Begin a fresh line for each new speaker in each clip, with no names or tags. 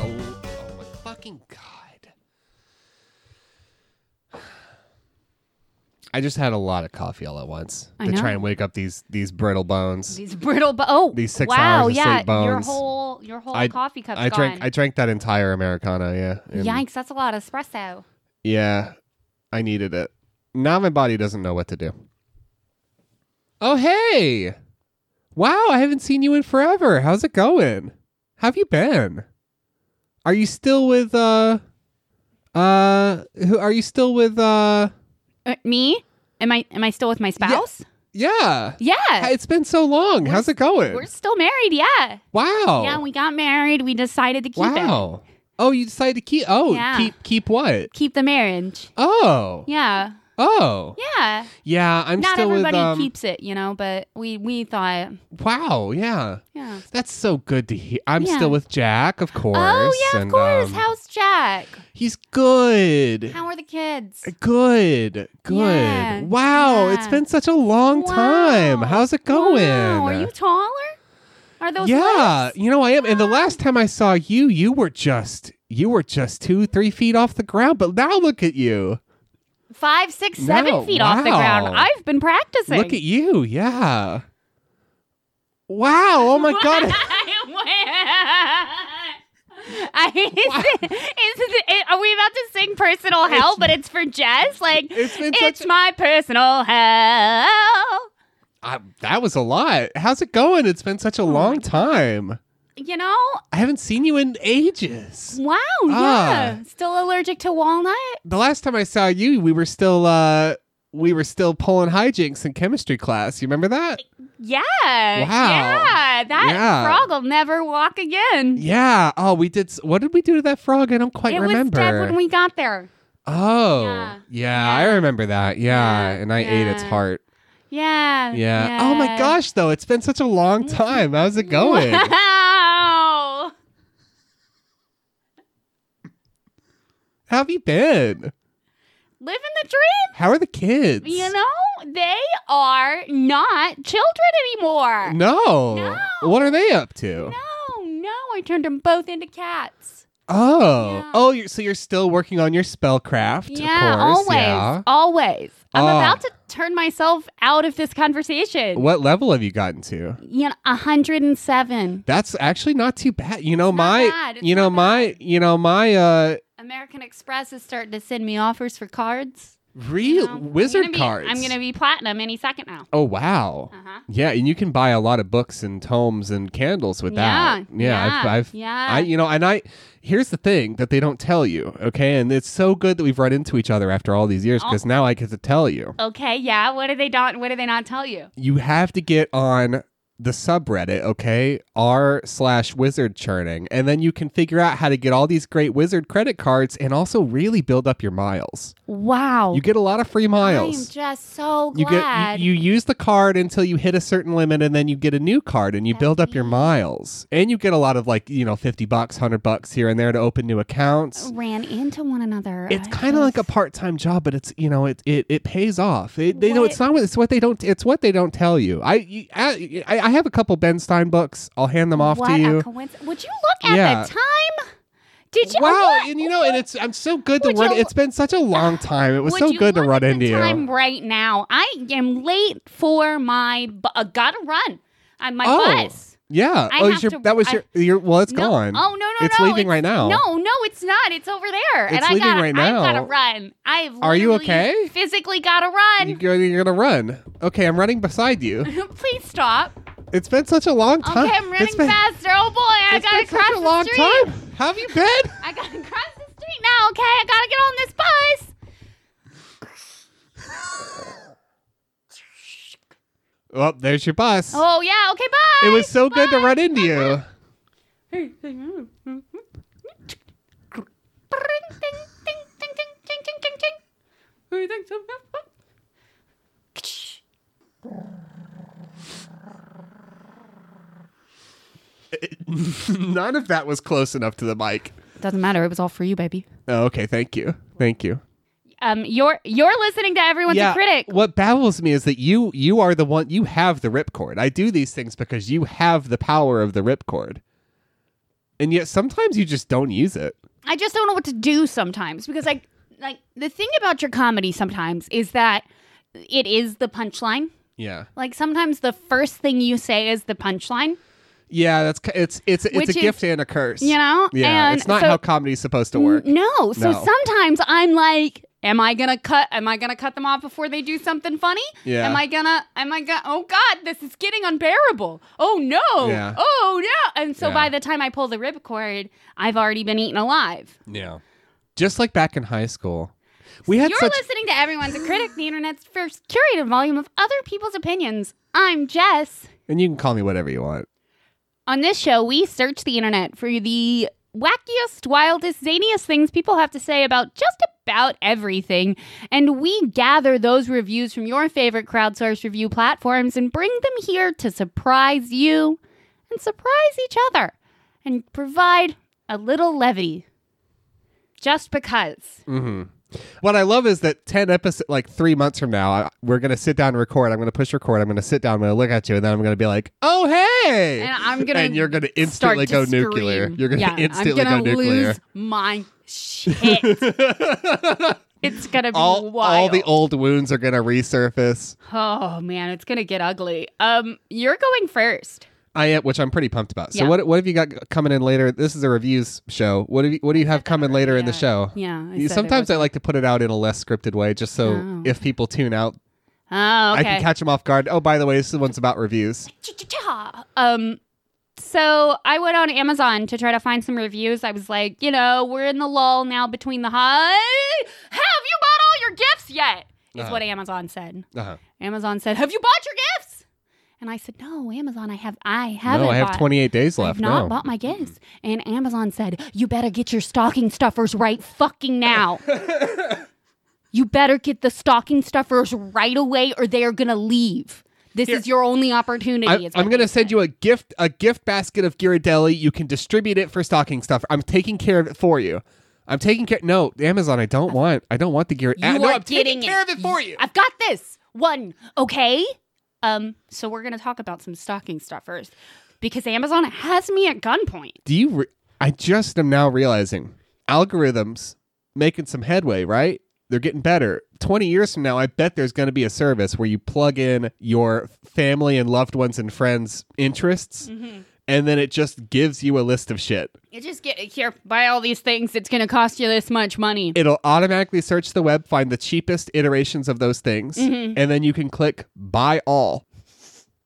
Oh, oh my fucking god! I just had a lot of coffee all at once
I
to
know.
try and wake up these these brittle bones.
These brittle, bo- oh,
These six
wow,
hours of
yeah,
straight
your
bones.
whole your whole
I-
coffee cup's
I drank
gone.
I drank that entire americano. Yeah. and-
Yikes, that's a lot of espresso.
Yeah, I needed it. Now my body doesn't know what to do. Oh hey, wow! I haven't seen you in forever. How's it going? How have you been? Are you still with uh, uh? Who are you still with uh?
Uh, me? Am I am I still with my spouse?
Yeah.
Yeah,
It's been so long.
We're-
How's it going?
we're still married. Yeah,
wow.
yeah, we got married. We decided to keep it,
Oh. wow. Oh, you decided to keep. Oh,
Yeah.
keep keep what?
keep the marriage.
Oh.
Yeah,
Oh.
yeah.
Yeah. I'm
Not
still
everybody
with. Um,
keeps it, you know, but we we thought,
Wow. Yeah.
yeah.
That's so good to hear. I'm
Yeah.
still with Jack, of course.
oh yeah, of
and,
course.
um, Eh,
How's Jack?
he's good.
How are the kids?
Good, good.
Yeah,
wow, it's
yeah.
been such a long time.
Wow.
How's it going?
Wow, Are you taller? Are those
yeah,
lips?
you know I am. And the last time I saw you, you were just you were just two, three feet off the ground. But now look at you.
five, six, seven
No,
feet off the ground?
wow.
I've been practicing.
Look at you. Yeah. Wow. Oh my god.
I, is, it- is it- are we about to sing personal hell, but it's for Jess? Like,
It's
it's,
been such a-
my personal hell.
I, that was a lot. How's it going? It's been
Oh
such a long time.
You know?
I haven't seen you in ages.
Wow, yeah. Still allergic to walnut?
The last time I saw you, we were still uh we were still pulling hijinks in chemistry class. You remember that?
Yeah. Yeah. That
Yeah.
frog will never walk again.
Yeah. Oh, we did. s- What did we do to that frog? I don't quite
it
remember.
was dead when we got there.
oh, yeah.
Yeah.
I
Yeah.
remember that. Yeah,
Yeah.
and I ate its
Yeah.
heart.
Yeah.
Yeah. Oh my
yeah. Mm-hmm.
gosh, though, it's been such a long time. How's it going?
Wow.
How have you been?
Living the dream.
How are the kids?
You know, they are not children anymore.
No.
No.
What are they up to?
No, no, I turned them both into cats.
Oh,
Yeah.
oh, you're, so you're still working on your spellcraft?
yeah,
of course.
always,
Yeah.
always. I'm
Ah.
about to turn myself out of this conversation.
What level have you gotten to?
You know, 107
That's actually not too bad. You know
not
my,
bad. It's
you know
not
my,
bad.
you know my. uh
American Express is starting to send me offers for cards. you
Real
know? I'm gonna
wizard
be-
cards.
I'm gonna be platinum any second now.
Oh wow.
Uh-huh.
Yeah, and you can buy a lot of books and tomes and candles with that.
Yeah,
I've,
yeah,
I've
yeah.
I, you know, and I. Here's the thing that they don't tell you. Okay, and it's so good that we've run into each other after all these years
Oh.
because now I get to tell you.
Okay, yeah. What do they not? What do they not tell you?
you have to get on the subreddit, okay? R slash wizard churning. And then you can figure out how to get all these great wizard credit cards and also really build up your miles.
Wow.
You get a lot of free
I'm
miles.
just so
You
glad.
get you, you use the card until you hit a certain limit and then you get a new card and you build up your miles. And you get a lot of like, you know, 50 bucks, 100 bucks here and there to open new accounts.
ran into one another.
It's
I
kind of like a
just-
part-time job, but it's you know it it, it pays off. It, they know
What-
it's not what it's what they don't it's what they don't tell you. I you- I, I I have a couple Ben Stein books. I'll hand them off
what
to you.
A coincidence. Would you look at
Yeah.
the time? Did you?
wow,
what-
and you know, and it's I'm so good to
Would
run.
you-
it's been such a long time. It was
would
so
you
good to
look
run
at
into
the time
you.
right now. I am late for my. Bu- uh, gotta run. I my
Oh,
bus.
Yeah.
I
oh,
have
is your
to-
that was
I-
your your well, it's
No.
gone.
Oh no no
It's
no!
leaving right now.
No no, it's not. It's over there, and
It's
I
leaving
gotta.
right
I've
now.
gotta run. I've.
Are you
literally
okay?
Physically gotta run.
You go- You're gonna run. Okay, I'm running beside you.
Please stop.
It's been such a long
Okay,
time.
I'm
It's
running
been,
faster. Oh boy, I
It's
gotta
been
cross
such a long
the street.
time. How have you been?
I gotta cross the street now, okay? I gotta get on this bus.
Well, there's your bus.
Oh yeah, okay, Oh, bye.
It was so good to run into you. None of that was close enough to the mic.
Doesn't matter. It was all for you, baby.
Oh, okay, thank you, thank you.
Um, you're you're listening to everyone's a critic.
What baffles me is that you you are the one you have the ripcord. I do these things because you have the power of the ripcord. And yet sometimes you just don't use it.
I just don't know what to do sometimes because like like the thing about your comedy sometimes is that it is the punchline.
Yeah.
Like sometimes the first thing you say is the punchline,
Yeah, that's ki- it's it's it's
Which
a
is-
gift and a curse.
you know?
Yeah,
and
it's not
so,
how comedy's supposed to work.
No.
No.
So sometimes I'm like, am I gonna cut am I gonna cut them off before they do something funny?
Yeah.
Am I gonna am I gonna oh god, this is getting unbearable. Oh no.
Yeah.
Oh no. And so
Yeah.
by the time I pull the ripcord, I've already been eaten alive.
Yeah. Just like back in high school. We had
You're
such
listening to Everyone's a Critic, the internet's first curated volume of other people's opinions. I'm Jess.
and you can call me whatever you want.
On this show, we search the internet for the wackiest, wildest, zaniest things people have to say about just about everything. And we gather those reviews from your favorite crowdsourced review platforms and bring them here to surprise you and surprise each other and provide a little levity. Just because.
Mm, What I love is that 10 episodes, like three months from now, I, we're going to sit down and record. I'm going to push record. I'm going to sit down. I'm going to look at you. And then I'm going to be like, oh, hey.
And I'm gonna
And you're going to
start
instantly
to
go nuclear.
scream.
You're going to
Yeah,
instantly
I'm gonna
go nuclear.
Lose my shit. it's gonna be
all,
wild.
all the old wounds are going to resurface.
oh man, it's gonna get ugly. Um, you're going first.
I am, which I'm pretty pumped about. So
Yeah.
what what have you got g- coming in later? This is a reviews show. What do you, what do you have coming later in the
Yeah.
show?
Yeah. I
You-
said it
Sometimes
was-
I like to put it out in a less scripted way, just so
Oh.
if people tune out,
Oh, okay.
I can catch them off guard. Oh, by the way, this one's about reviews.
Cha-cha-cha. Um, so I went on Amazon to try to find some reviews. I was like, you know, we're in the lull now between the high. Have you bought all your gifts yet? Is
Uh-huh.
what Amazon said.
Uh-huh.
Amazon said, "Have you bought your gifts?" And I said, "No, Amazon, I have. I haven't.
No, I have
bought.
28 days
I've
left.
not
no.
bought my gifts." And Amazon said, "You better get your stocking stuffers right fucking now. you better get the stocking stuffers right away, or they are gonna leave. This is your only opportunity."
I,
is what
I'm going
they
to send
said.
you a gift a gift basket of Ghirardelli. You can distribute it for stocking stuff. I'm taking care of it for you. I'm taking care. No, Amazon. I don't want. I don't want the Ghirardelli.
You
uh, no,
are
I'm
getting
taking care of it for you.
I've got this one. Okay. Um. So we're gonna talk about some stocking stuffers because Amazon has me at gunpoint.
Do you? Re- I just am now realizing algorithms making some headway. Right? They're getting better. 20 years from now, I bet there's going to be a service where you plug in your family and loved ones and friends' interests, and then it just gives you a list of shit.
You just get here, buy all these things. It's going to cost you this much money.
it'll automatically search the web, find the cheapest iterations of those things, and then you can click buy all.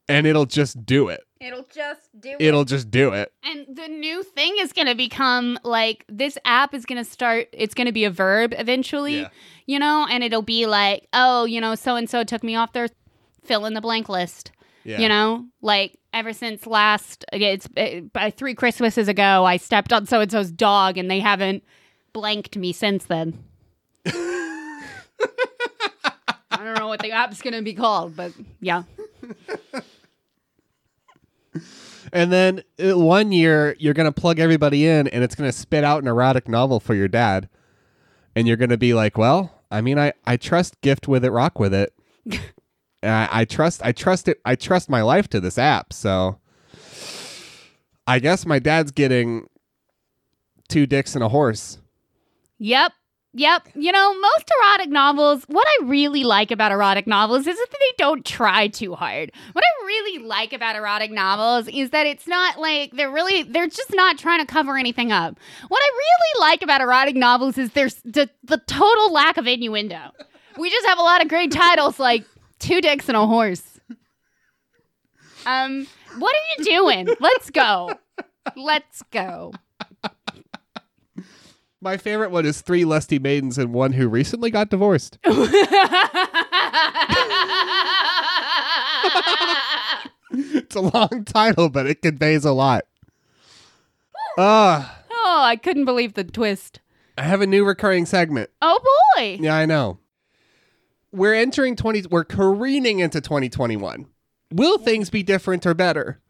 And it'll just do it.
It'll just do
It'll just do it.
And the new thing is going to become like this app is going to start, it's going to be a verb eventually,
Yeah.
you know, and it'll be like, oh, you know, so and so took me off their fill in the blank list.
Yeah.
You know, like ever since last, it's uh, by three Christmases ago, I stepped on so and so's dog and they haven't blanked me since then. I don't know what the app's going to be called, but yeah.
And then uh, one year, you're going to plug everybody in and it's going to spit out an erotic novel for your dad. And you're going to be like, well, I mean, I, I trust gift with it, rock with it. And I, I trust, I trust it. I trust my life to this app. So I guess my dad's getting two dicks and a horse.
Yep. Yep. You know, most erotic novels, what I really like about erotic novels is that they don't try too hard. What I really like about erotic novels is that it's not like they're really they're just not trying to cover anything up. What I really like about erotic novels is there's the, the total lack of innuendo. We just have a lot of great titles like Two Dicks and a Horse. Um, what are you doing? Let's go. Let's go.
My favorite one is three lusty maidens and one who recently got divorced.
oh,
it's a long title, but it conveys a lot. Ah,
Oh, I couldn't believe the twist.
I have a new recurring segment.
Oh boy.
Yeah, I know. We're entering 20 we're careening into 2021. Will things be different or better?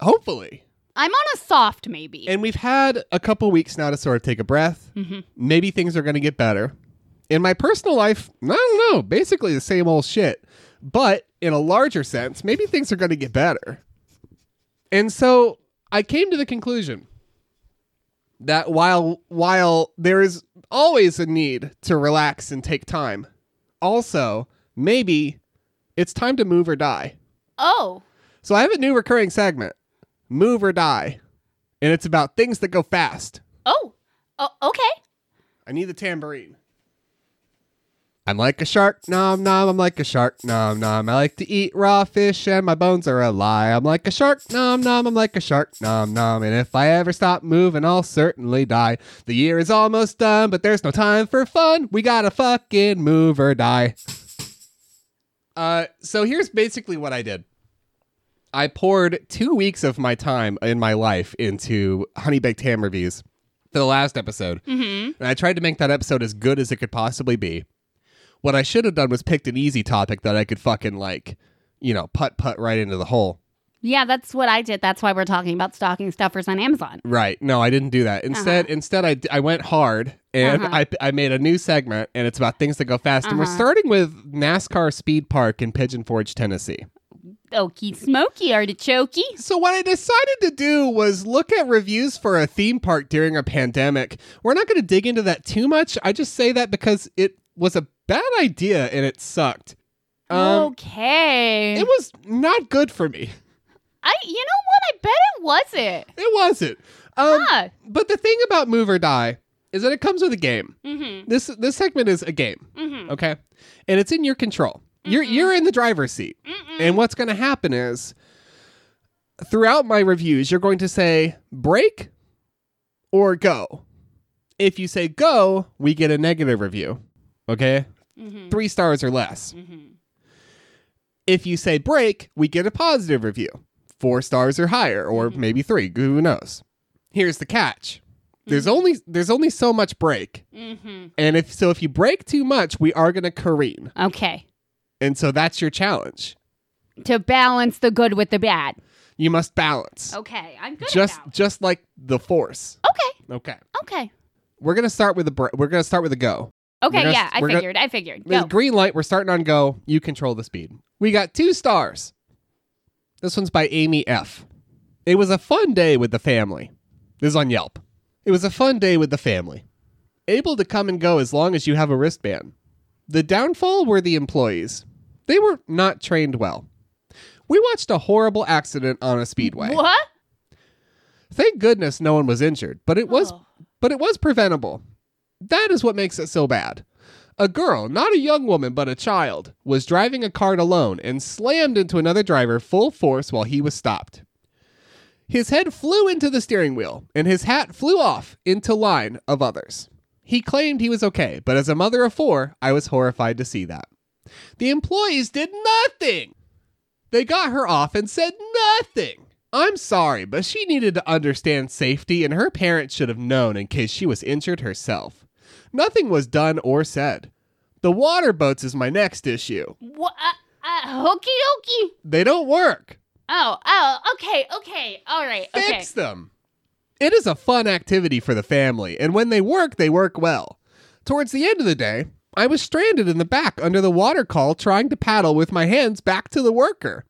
Hopefully.
I'm on a soft maybe.
And we've had a couple weeks now to sort of take a breath.
Mhm.
Maybe things are going to get better. In my personal life, I don't know. Basically the same old shit. But in a larger sense, maybe things are going to get better. And so I came to the conclusion that while while there is always a need to relax and take time, also maybe it's time to move or die.
oh,
So I have a new recurring segment, Move or Die, and it's about things that go fast.
oh, oh, okay.
I need the tambourine. I'm like a shark, nom nom. I'm like a shark, nom nom. I like to eat raw fish and my bones are a lie. I'm like a shark, nom nom. I'm like a shark, nom nom. And if I ever stop moving, I'll certainly die. The year is almost done, but there's no time for fun. We gotta fucking move or die. Uh, so here's basically what I did. I poured two weeks of my time in my life into Honey Baked Ham reviews for the last episode
Mm-hmm.
and I tried to make that episode as good as it could possibly be. What I should have done was picked an easy topic that I could fucking like, you know, putt putt right into the hole.
Yeah, that's what I did. That's why we're talking about stocking stuffers on Amazon.
Right? No, I didn't do that. Instead, instead I, d- I went hard and
Uh-huh.
I I made a new segment and it's about things that go fast. And we're
Uh-huh.
starting with NASCAR Speed Park in Pigeon Forge, Tennessee.
Okie smoky artichokey.
So what I decided to do was look at reviews for a theme park during a pandemic. We're not going to dig into that too much. I just say that because it was a bad idea and it sucked. Um,
okay.
It was not good for me.
I, you know what? I bet it wasn't.
It wasn't. Um,
Huh.
But the thing about Move or Die is that it comes with a game.
Mm-hmm.
This this segment is a game,
Mm-hmm.
okay, and it's in your control. You're you're in the driver's seat,
Mm-mm.
and what's going to happen is throughout my reviews, you're going to say break or go. If you say go, we get a negative review. Okay,
Mm-hmm.
three stars or less.
Mm-hmm.
If you say break, we get a positive review. Four stars or higher, or
Mhm.
maybe three. Who knows? Here's the catch. There's only there's only so much break.
Mm-hmm.
And if so if you break too much, we are gonna careen.
Okay.
And so that's your challenge.
To balance the good with the bad.
You must balance.
Okay, I'm good.
Just
at balance.
just like the force.
okay.
Okay.
Okay.
We're gonna start with the br- we're gonna start with a go.
Okay.
gonna-
yeah, I
we're gonna-
figured. I figured.
There's
Go.
Green light, we're starting on go. You control the speed. We got two stars. This one's by Amy F. It was a fun day with the family. This is on Yelp. It was a fun day with the family. Able to come and go as long as you have a wristband. The downfall were the employees. They were not trained well. We watched a horrible accident on a speedway.
What?
Thank goodness no one was injured, but it was
Oh.
but it was preventable. That is what makes it so bad. A girl, not a young woman but a child, was driving a cart alone and slammed into another driver full force while he was stopped. His head flew into the steering wheel and his hat flew off into line of others. He claimed he was okay, but as a mother of 4, I was horrified to see that. The employees did nothing. They got her off and said nothing. I'm sorry, but she needed to understand safety and her parents should have known in case she was injured herself. Nothing was done or said. The water boats is my next issue.
What? Uh, uh, hokey dokey.
They don't work.
Oh, oh, okay, okay, all right, okay.
Fix them. It is a fun activity for the family, and when they work, they work well. Towards the end of the day, I was stranded in the back under the water call trying to paddle with my hands back to the worker.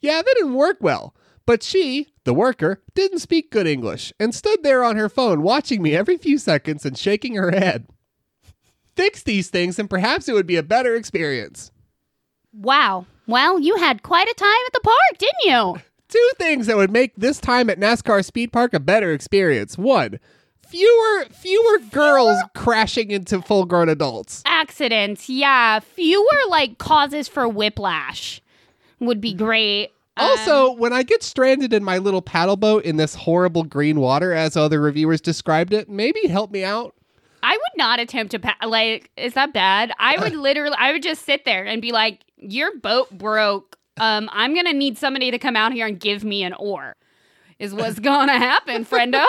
Yeah, that didn't work well, but she, the worker, didn't speak good English and stood there on her phone watching me every few seconds and shaking her head. Fix these things, and perhaps it would be a better experience.
Wow. Well, you had quite a time at the park, didn't you?
two things that would make this time at NASCAR Speed Park a better experience. One, fewer fewer girls crashing into full-grown adults.
Accidents, yeah. Fewer like causes for whiplash would be great. Um,
Also, when I get stranded in my little paddle boat in this horrible green water as other reviewers described it, maybe help me out.
I would not attempt to pa- like. Is that bad? I would literally. I would just sit there and be like, "Your boat broke. Um, I'm gonna need somebody to come out here and give me an oar." Is what's gonna happen, friendo?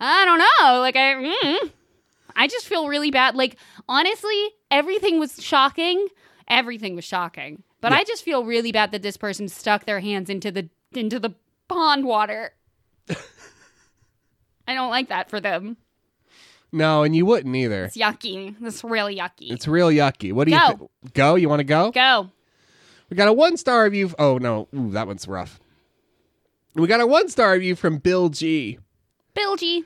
I don't know. Like I, mm, I just feel really bad. Like honestly, everything was shocking. Everything was shocking. But
Yeah.
I just feel really bad that this person stuck their hands into the into the pond water. I don't like that for them.
No, and you wouldn't either.
It's yucky. It's real yucky.
It's real yucky. What do you
Go.
thi- go? You want to go?
Go.
We got a one star review. f- oh no, Ooh, that one's rough. We got a one star review from Bill G.
Bilgy.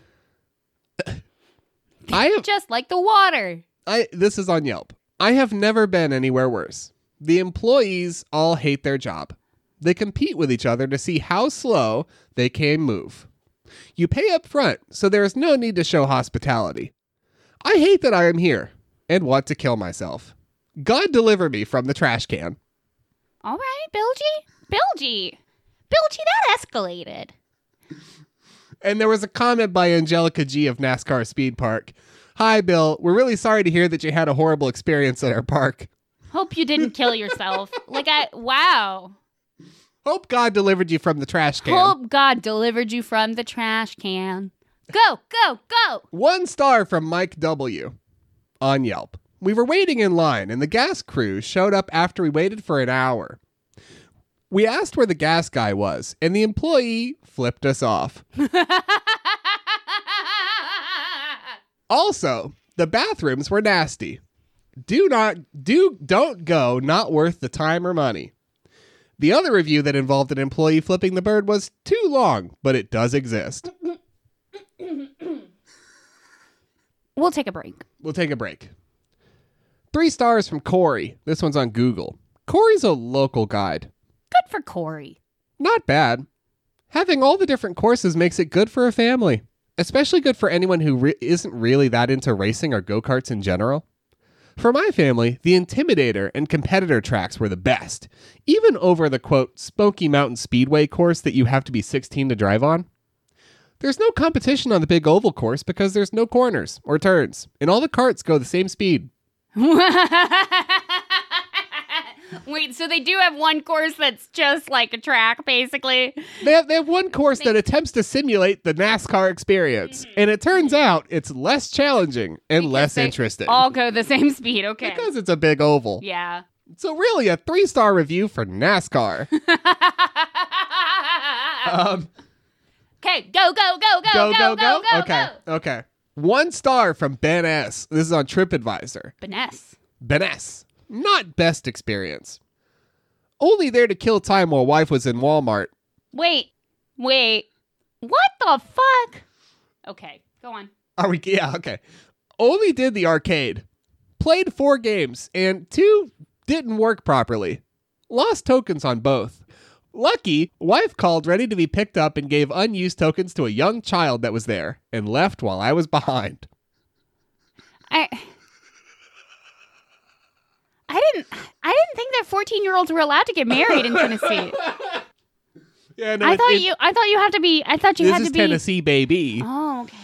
I have
Just like the water.
I this is on Yelp. I have never been anywhere worse. The employees all hate their job. They compete with each other to see how slow they can move. You pay up front, so there is no need to show hospitality. I hate that I am here and want to kill myself. God deliver me from the trash can.
All right, Bilgy. Bilgy. Bilgy, that escalated.
And there was a comment by Angelica G of NASCAR Speed Park. Hi, Bill. We're really sorry to hear that you had a horrible experience at our park.
Hope you didn't kill yourself. like I wow.
Hope God delivered you from the trash can.
Hope God delivered you from the trash can. Go, go, go.
One star from Mike W. on Yelp. We were waiting in line, and the gas crew showed up after we waited for an hour. We asked where the gas guy was, and the employee flipped us off. Also, the bathrooms were nasty. Do not do don't go, not worth the time or money. The other review that involved an employee flipping the bird was too long, but it does exist.
we'll take a break.
We'll take a break. Three stars from Corey. This one's on Google. Corey's a local guide.
Good for Corey.
Not bad. Having all the different courses makes it good for a family, especially good for anyone who re- isn't really that into racing or go karts in general. For my family, the Intimidator and Competitor tracks were the best, even over the quote Smoky Mountain Speedway course that you have to be 16 to drive on. There's no competition on the big oval course because there's no corners or turns, and all the carts go the same speed.
Wait, so they do have one course that's just like a track, basically.
They have, they have one course that attempts to simulate the NASCAR experience, and it turns out it's less challenging and less
they
interesting
All go the same speed, okay?
because it's a big oval.
Yeah.
So really, a three star review for NASCAR. um,
okay, go, go, go,
go,
go,
go, go.
go,
okay,
go.
okay. One star from Ben S. This is on TripAdvisor.
Vanessa.
Ben S. Not best experience. Only there to kill time while wife was in Walmart.
Wait, wait. What the fuck? Okay, go on.
Are we? Yeah, okay. Only did the arcade. Played four games, and two didn't work properly. Lost tokens on both. Lucky, wife called ready to be picked up and gave unused tokens to a young child that was there and left while I was behind.
I I didn't I didn't think that 14-year-olds were allowed to get married in Tennessee.
Yeah, no,
I
it-
thought
it-
you I thought you had to be I thought you
This
had
is
to be
Tennessee, baby.
Oh, okay.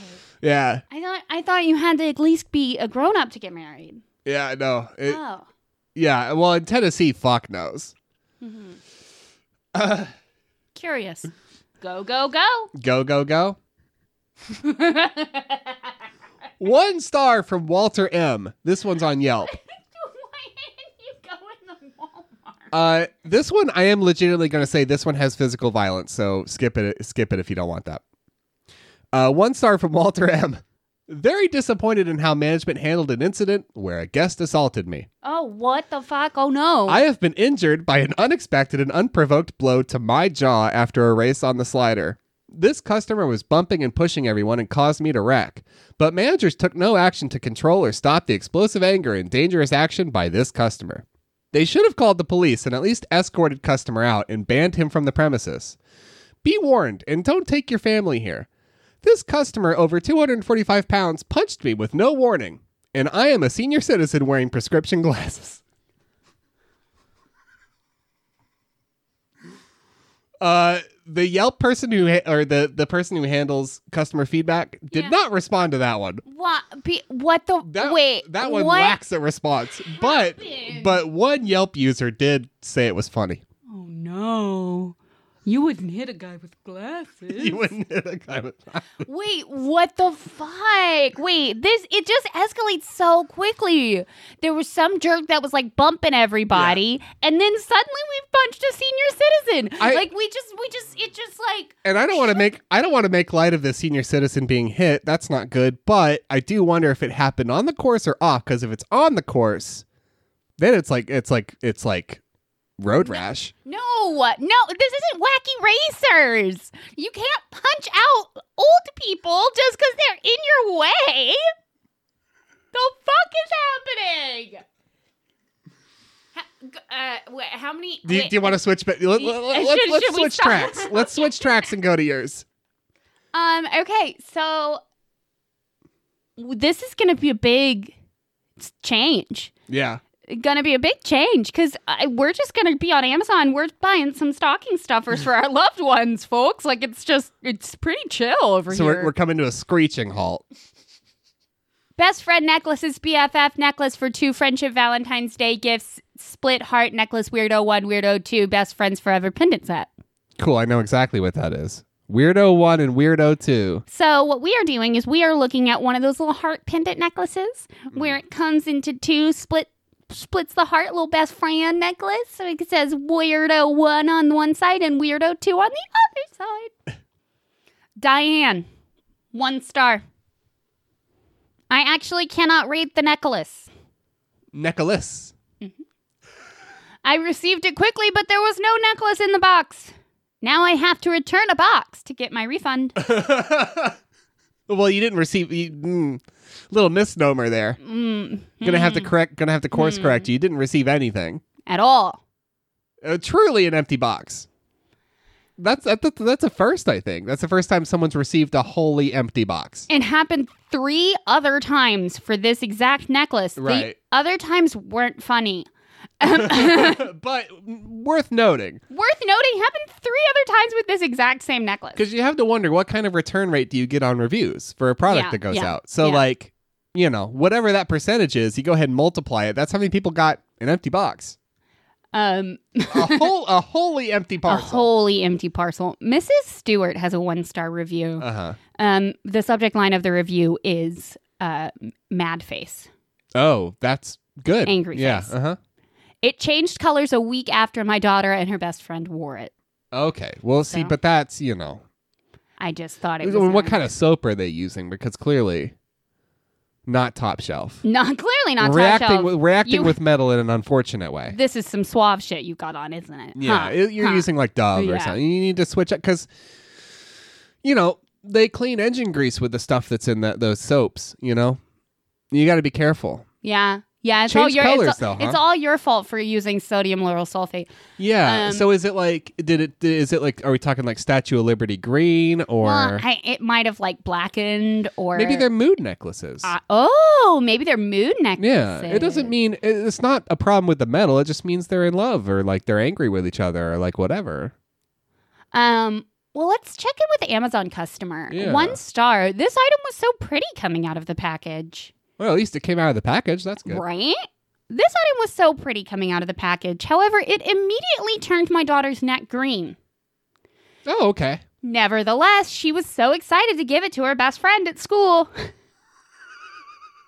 Yeah,
I thought I thought you had to at least be a grown-up to get married.
yeah, no, it,
oh.
yeah. Well, in Tennessee, fuck knows.
Mhm.
Uh,
Curious. Go go go.
go, go, go. One star from Walter M. This one's on Yelp.
Why didn't you go in the Walmart?
Uh, this one I am legitimately going to say this one has physical violence, so skip it. Skip it if you don't want that. Uh, one star from Walter M. Very disappointed in how management handled an incident where a guest assaulted me.
Oh, what the fuck? Oh no.
I have been injured by an unexpected and unprovoked blow to my jaw after a race on the slider. This customer was bumping and pushing everyone and caused me to wreck, but managers took no action to control or stop the explosive anger and dangerous action by this customer. They should have called the police and at least escorted customer out and banned him from the premises. Be warned and don't take your family here. This customer over 245 pounds punched me with no warning, and I am a senior citizen wearing prescription glasses. Uh, the Yelp person who ha- or the the person who handles customer feedback did
Yeah.
not respond to that one.
what, be, what the
That,
wait?
that one
what?
lacks a response. But
happened?
but one Yelp user did say it was funny.
Oh no.
Oh, You wouldn't hit a guy with glasses.
You wouldn't hit a guy with
Wait, what the fuck? Wait, this it just escalates so quickly. There was some jerk that was like bumping everybody, and then suddenly we punched a senior citizen.
I-
like we just, we just, it just like
And I don't want to make I don't want to make light of the senior citizen being hit. That's not good. But I do wonder if it happened on the course or off. Because if it's on the course, then it's like it's like it's like road rash.
no, no, this isn't wacky racers. You can't punch out old people just because they're in your way. The fuck is happening? Ha- g- uh, wh- how many?
Do you,
wait,
do you want to switch? But let,
Yeah,
us
should- should we
switch
stop?
tracks. Let's switch tracks and go to yours.
Um. Okay. So w- this is gonna be a big s- change.
Yeah.
Gonna be a big change because we're just gonna be on Amazon. We're buying some stocking stuffers for our loved ones, folks. Like it's just it's pretty chill over
So
here.
we're, we're coming to a screeching halt.
Best friend necklaces, BFF necklace for two friendship Valentine's Day gifts, split heart necklace, weirdo one, weirdo two, best friends forever pendant set.
Cool. I know exactly what that is. Weirdo one and weirdo two.
So what we are doing is we are looking at one of those little heart pendant necklaces
Mm-hmm.
where it comes into two split splits the heart little best friend necklace. So it says weirdo one on one side and weirdo two on the other side. Diane, one star. I actually cannot read the necklace.
Necklace.
I received it quickly, but there was no necklace in the box. Now I have to return a box to get my refund.
well, you didn't receive. You, mm, little misnomer there.
Mm,
Gonna have to
mm,
correct. Gonna have to course
Mm.
correct you. You didn't receive anything.
at all.
Uh, truly an empty box. That's that, that- that's a first. I think that's the first time someone's received a wholly empty box.
It happened three other times for this exact necklace.
Right.
The other times weren't funny.
but mm, worth noting
Worth noting, happened three other times with this exact same necklace.
because you have to wonder what kind of return rate do you get on reviews for a product
Yeah,
that goes
yeah,
out. So
yeah.
like, you know, whatever that percentage is, you go ahead and multiply it. That's how many people got an empty box,
Um,
a whole a wholly empty
a
parcel.
wholly empty parcel. Mrs. Stewart has a one star review.
uh huh.
Um, the subject line of the review is uh, "Mad Face."
Oh, that's good.
Angry
Yeah.
face.
Uh huh.
It changed colors a week after my daughter and her best friend wore it.
Okay. Well, see,
So-
but that's you know,
I just thought it was
what
an-
kind of soap are they using? Because clearly, not top shelf.
not clearly not
reacting
top shelf.
with reacting
You-
with metal in an unfortunate way.
This is some suave shit you got on, isn't it?
Yeah,
Huh.
it- you're
Huh.
using like Dove or
Yeah.
something. You need to switch up because, you know, they clean engine grease with the stuff that's in that those soaps. You know, you got to be careful.
Yeah. Yeah, it's all
Change
your
colours,
it's, all-
though, huh?
it's all your fault for using sodium lauryl sulfate.
Yeah.
Um,
so is it like did it? Is it like are we talking like Statue of Liberty green or
well, I, it might have like blackened or
maybe they're mood necklaces?
uh, oh, maybe they're mood
Yeah,
necklaces.
it doesn't mean it- it's not a problem with the metal. It just means they're in love or like they're angry with each other or like whatever.
Um. Well, let's check in with the Amazon customer.
Yeah.
One star. This item was so pretty coming out of the package,
Well, at least it came out of the package. That's good.
right? This item was so pretty coming out of the package. However, it immediately turned my daughter's neck green.
Oh, okay.
Nevertheless, she was so excited to give it to her best friend at school,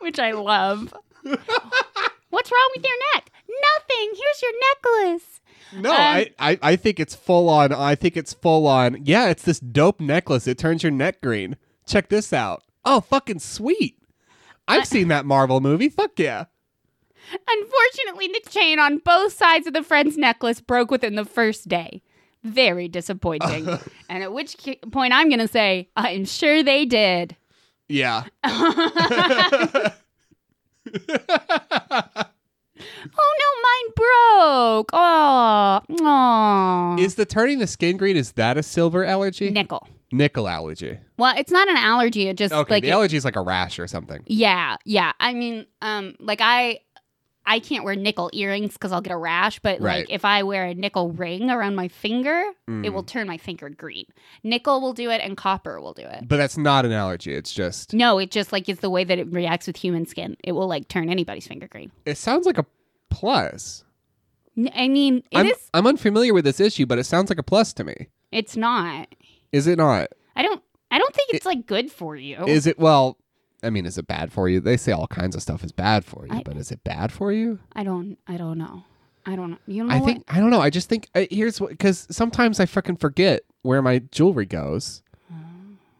which I love. What's wrong with your neck? Nothing. Here's your necklace.
No,
Um,
I, I I think it's full on. I think it's full on. Yeah, it's this dope necklace. It turns your neck green. Check this out. Oh, fucking sweet. I've seen that Marvel movie. Fuck yeah.
Unfortunately, the chain on both sides of the friend's necklace broke within the first day. Very disappointing. and at which ki- point I'm going to say, I'm sure they did.
Yeah.
Oh no, mine broke. Oh, oh.
is the turning the skin green is that a silver allergy?
nickel?
Nickel allergy.
Well, it's not an allergy. It just
Okay,
like
the
it-
allergy is like a rash or something.
Yeah, yeah. I mean, um, like I, I can't wear nickel earrings because I'll get a rash. But
Right.
like, if I wear a nickel ring around my finger, it
Mm.
will turn my finger green. Nickel will do it, and copper will do it.
But that's not an allergy. It's just
No, it just like is the way that it reacts with human skin. It will like turn anybody's finger green.
it sounds like a plus.
N- I mean, it is
I'm, I'm unfamiliar with this issue, but it sounds like a plus to me.
It's not.
Is it not?
I don't. I don't think it's like good for you.
Is it well? I mean, is it bad for you? They say all kinds of stuff is bad for you,
I-
but is it bad for you?
I don't. I don't know. I don't. know. You know
I
what?
think I don't know. I just think uh, here's what because sometimes I fucking forget where my jewelry goes.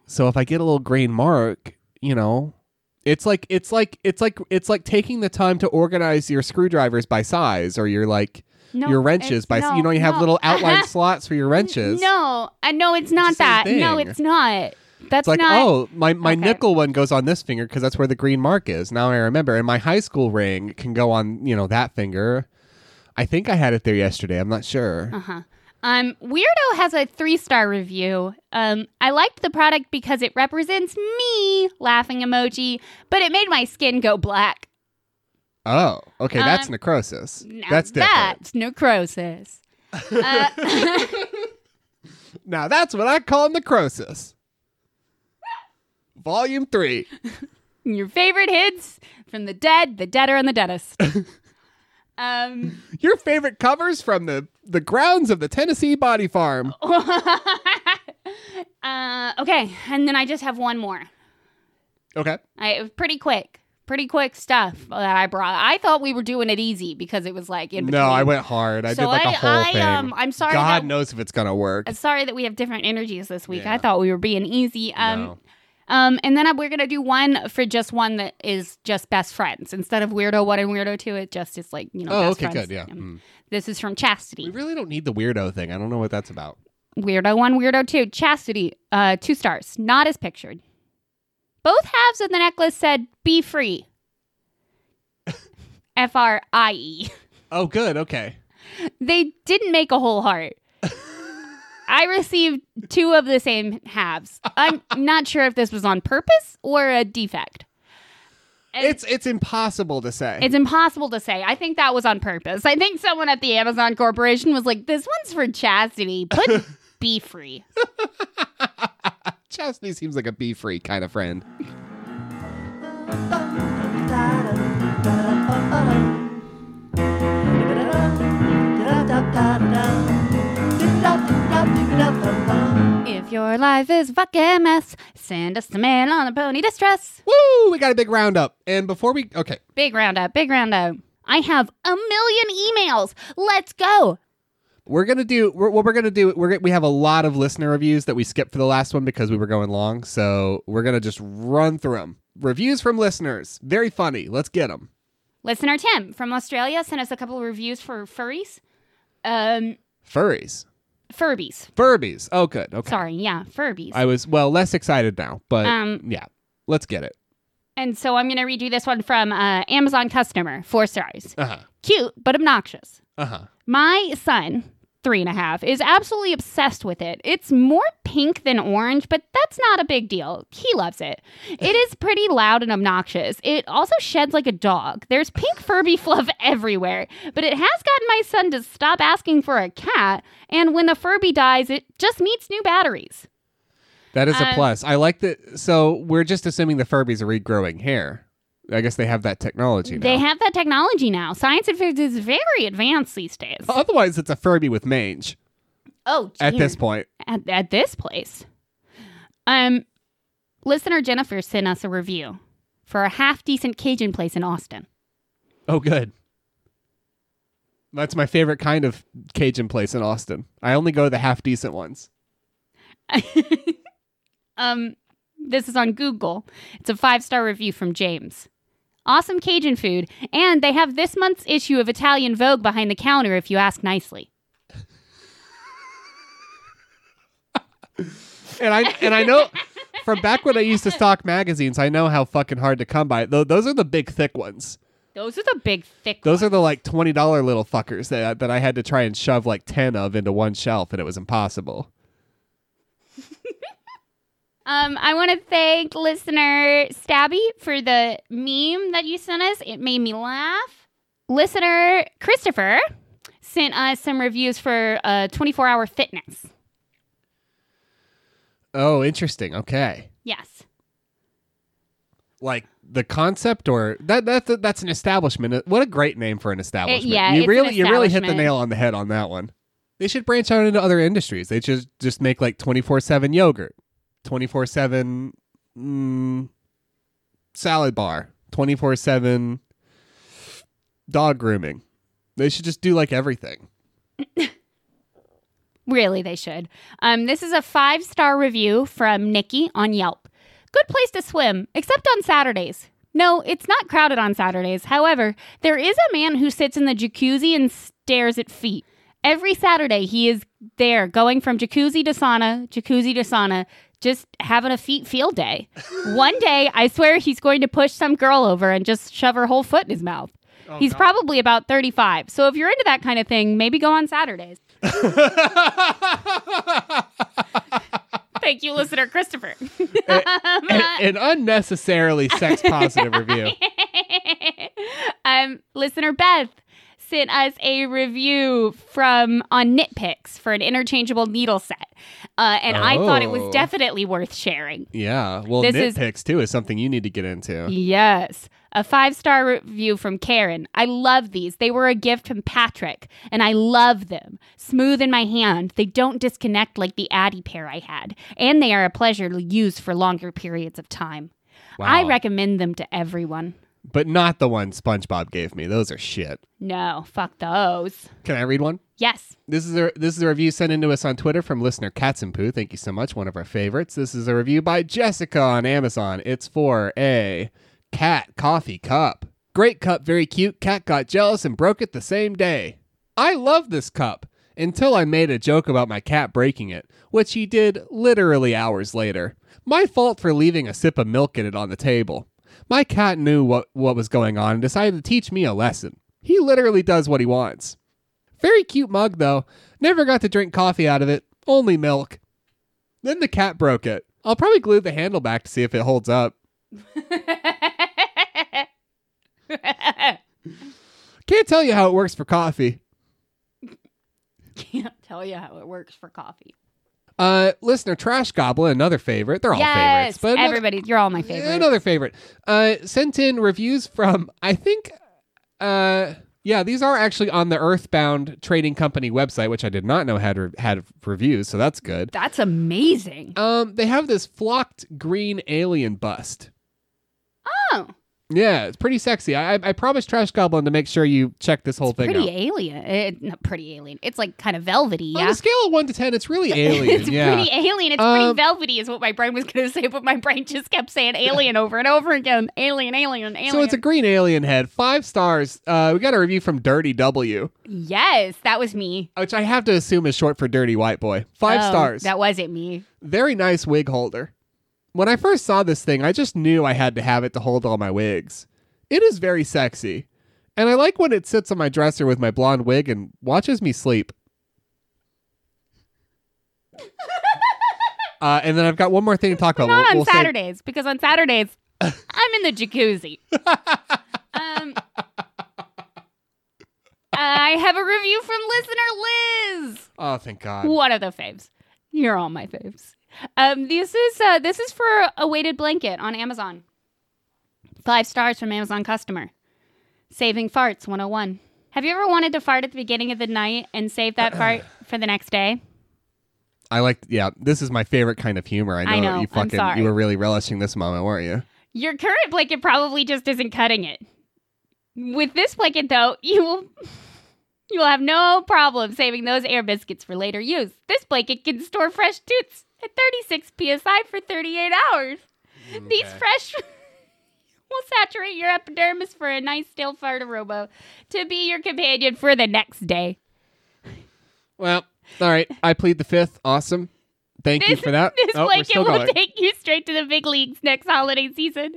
So if I get a little green mark, you know, it's like it's like it's like it's like taking the time to organize your screwdrivers by size or your like
no,
your wrenches
it's-
by
no,
you know you have
no.
little outline slots for your wrenches.
No, I know it's not
the same
that. No,
thing.
it's not. That's
It's like,
not.
oh, my, my
okay.
nickel one goes on this finger because that's where the green mark is. Now I remember. And my high school ring can go on, you know, that finger. I think I had it there yesterday. I'm not sure.
Uh-huh. Um, Weirdo has a three-star review. Um, I liked the product because it represents me, laughing emoji, but it made my skin go black.
Oh, okay. that's
Um,
necrosis.
Now
That's different.
That's necrosis. Uh,
Now that's what I call necrosis. Volume three.
your favorite hits from the dead, the deader, and the deadest. um,
Your favorite covers from the, the grounds of the Tennessee Body Farm.
uh, okay, and then I just have one more. Oh,
Okay.
I, it was pretty quick, pretty quick stuff that I brought. I thought we were doing it easy because it was like in between.
No, I went hard. I
so
did like a
I-
whole
I,
thing.
um, I'm sorry.
God
that,
knows if it's gonna work.
I'm Uh, sorry that we have different energies this week.
Yeah.
I thought we were being easy. Um,
No.
um, and then I, we're gonna do one for just one that is just best friends instead of weirdo one and weirdo two. It just is like you know.
Oh,
best
okay,
friends.
good. Yeah. Mm.
Um, This is from
We
Chastity.
really don't need the weirdo thing. I don't know what that's about.
Weirdo one, weirdo two. Chastity, uh, two stars. Not as pictured. Both halves of the necklace said "Be free." F R I E.
Oh, good. Okay.
They didn't make a whole heart. I received two of the same halves. I'm not sure if this was on purpose or a defect. And
It's it's impossible to say.
it's impossible to say. I think that was on purpose. I think someone at the Amazon Corporation was like, "This one's for chastity. Put be free."
Chastity seems like a bee free kind of friend.
If your life is a fucking mess, send us a man on a pony distress.
Woo! We got a big roundup. And before we okay,
Big roundup. Big roundup. I have a million emails. Let's go.
we're gonna do we're, what we're gonna do. We're gonna- we have a lot of listener reviews that we skipped for the last one because we were going long. So we're gonna just run through them. Reviews from listeners, very funny. Let's get them.
Listener Tim from Australia sent us a couple of reviews for furries. Um,
Furries,
Furbies.
Furbies. Oh, good. Okay.
Sorry, yeah, Furbies.
I was well less excited now, but
Um,
yeah, let's get it.
and so I'm going to redo this one from uh, Amazon customer, four stars.
Uh huh.
Cute, but obnoxious.
Uh huh.
My son, three and a half, is absolutely obsessed with it. It's more pink than orange, but that's not a big deal. He loves it. It is pretty loud and obnoxious. It also sheds like a dog. There's pink Furby fluff everywhere, but it has gotten my son to stop asking for a cat. And when the Furby dies, it just needs new batteries.
That is a
Um,
plus. I like that. So we're just assuming the Furbies are regrowing hair. I guess they have that technology now.
They have that technology now. Science and physics is very advanced these days.
Otherwise, it's a Furby with mange Oh,
Oh,
at
dear.
this point.
at, at this place. Um, listener Jennifer sent us a review for a half decent Cajun place in Austin.
Oh, good. That's my favorite kind of Cajun place in Austin. I only go to the half decent ones.
um, this is on Google. It's a five star review from James. Awesome Cajun food, and they have this month's issue of Italian Vogue behind the counter if you ask nicely.
And I and I know from back when I used to stock magazines, I know how fucking hard to come by. Though those are the big thick ones.
Those are the big, thick
Those are the like twenty dollar little fuckers that that I had to try and shove like ten of into one shelf, and it was impossible.
Um, I want to thank listener Stabby for the meme that you sent us. It made me laugh. Listener Christopher sent us some reviews for uh, 24 hour fitness.
Oh, interesting. Okay.
Yes.
like the concept or that that's that's an establishment. What a great name for an establishment.
yeah,
you
it's an
really you really hit the
establishment.
nail on the head on that one. They should branch out into other industries. They should just make like 24 7 yogurt, 24 7 mm, salad bar, 24 7 dog grooming. They should just do like everything.
Really, they should. Um, this is a five star review from Nikki on Yelp. Good place to swim, except on Saturdays. No, it's not crowded on Saturdays. However, there is a man who sits in the jacuzzi and stares at feet. Every Saturday, he is there going from jacuzzi to sauna, jacuzzi to sauna, just having a feet field day. One day, I swear he's going to push some girl over and just shove her whole foot in his mouth. he's probably about 35. So if you're into that kind of thing, maybe go on Saturdays. Uh, Thank you, listener Christopher.
An- an unnecessarily sex positive review.
um, listener Beth sent us a review from on Nitpicks for an interchangeable needle set, uh, and I thought it
Oh.
was definitely worth sharing.
Yeah. Well,
This is-
nitpicks too is something you need to get into.
Yes. A five star review from Karen. I love these. They were a gift from Patrick, and I love them. Smooth in my hand. They don't disconnect like the Addy pair I had, and they are a pleasure to use for longer periods of time. I
Wow.
recommend them to everyone.
But not the one SpongeBob gave me. Those are shit.
No, fuck those.
Can I read one?
Yes.
This is a this is a review sent in to us on Twitter from listener Katzenpoo. Thank you so much, one of our favorites. This is a review by Jessica on Amazon. It's for a cat coffee cup. Great cup, very cute. Cat got jealous and broke it the same day. I love this cup until I made a joke about my cat breaking it, which he did literally hours later. My fault for leaving a sip of milk in it on the table. My cat knew what, what was going on and decided to teach me a lesson. He literally does what he wants. Very cute mug, though. Never got to drink coffee out of it, only milk. Then the cat broke it. I'll probably glue the handle back to see if it holds up. Can't tell you how it works for coffee.
Can't tell you how it works for coffee.
Uh, listener Trash Goblin, another favorite. They're all favorites,
yes,
but another,
everybody, you're all my
yeah,
favorites.
another favorite. Uh, sent in reviews from I think, uh, yeah, these are actually on the Earthbound Trading Company website, which I did not know had re- had reviews, so that's good.
That's amazing.
Um, they have this flocked green alien bust.
Oh,
Yeah, it's pretty sexy. I I, I promised Trash Goblin to make sure you check this whole thing
pretty
out.
alien. Eh, not pretty alien. It's like kind of velvety.
On
Yeah.
a scale of one to ten, it's really alien.
it's
Oh, yeah.
pretty alien. It's
Um,
pretty velvety, is what my brain was going to say, but my brain just kept saying alien over and over again. Alien, alien, alien.
so it's a green alien head. Five stars. Uh, we got a review from Dirty W,
yes, that was me.
which I have to assume is short for Dirty White Boy. Five
Oh,
stars.
That wasn't me.
Very nice wig holder. When I first saw this thing, I just knew I had to have it to hold all my wigs. It is very sexy. And I like when it sits on my dresser with my blonde wig and watches me sleep. Uh, and then I've got one more thing to talk about.
Not
We'll-
on
we'll save-
Saturdays, because on Saturdays, I'm in the jacuzzi. um, I have a review from listener Liz.
Oh, thank God.
One of the faves. You're all my faves. Um, this is uh, this is for a weighted blanket on Amazon. Five stars from Amazon customer. Saving farts 101. Have you ever wanted to fart at the beginning of the night and save that fart for the next day?
I like, yeah, this is my favorite kind of humor. I know,
I
that
know.
you
I'm
fucking,
sorry.
you were really relishing this moment, weren't you?
Your current blanket probably just isn't cutting it. With this blanket, though, you will you will have no problem saving those air biscuits for later use. This blanket can store fresh toots at 36 psi for 38 hours. These fresh will saturate your epidermis for a nice stale fart aroma to be your companion for the next day.
Well, all right. I plead the fifth. Awesome. Thank you
This-
for that.
This
oh, we're
blanket
still
will
going.
take you straight to the big leagues next holiday season.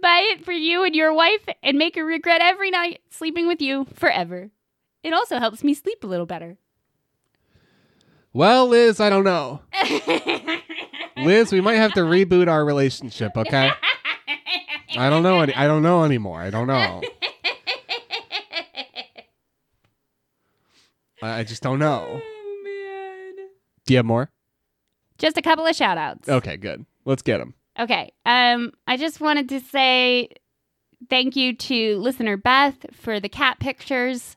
Buy it for you and your wife and make her regret every night sleeping with you forever. It also helps me sleep a little better.
Well, Liz, I don't know. Liz, we might have to reboot our relationship, okay? I don't know any I don't know anymore. I don't know. I I just don't know.
Oh man.
Do you have more?
Just a couple of shout outs.
Okay, good. Let's get them.
Okay. Um, I just wanted to say thank you to listener Beth for the cat pictures.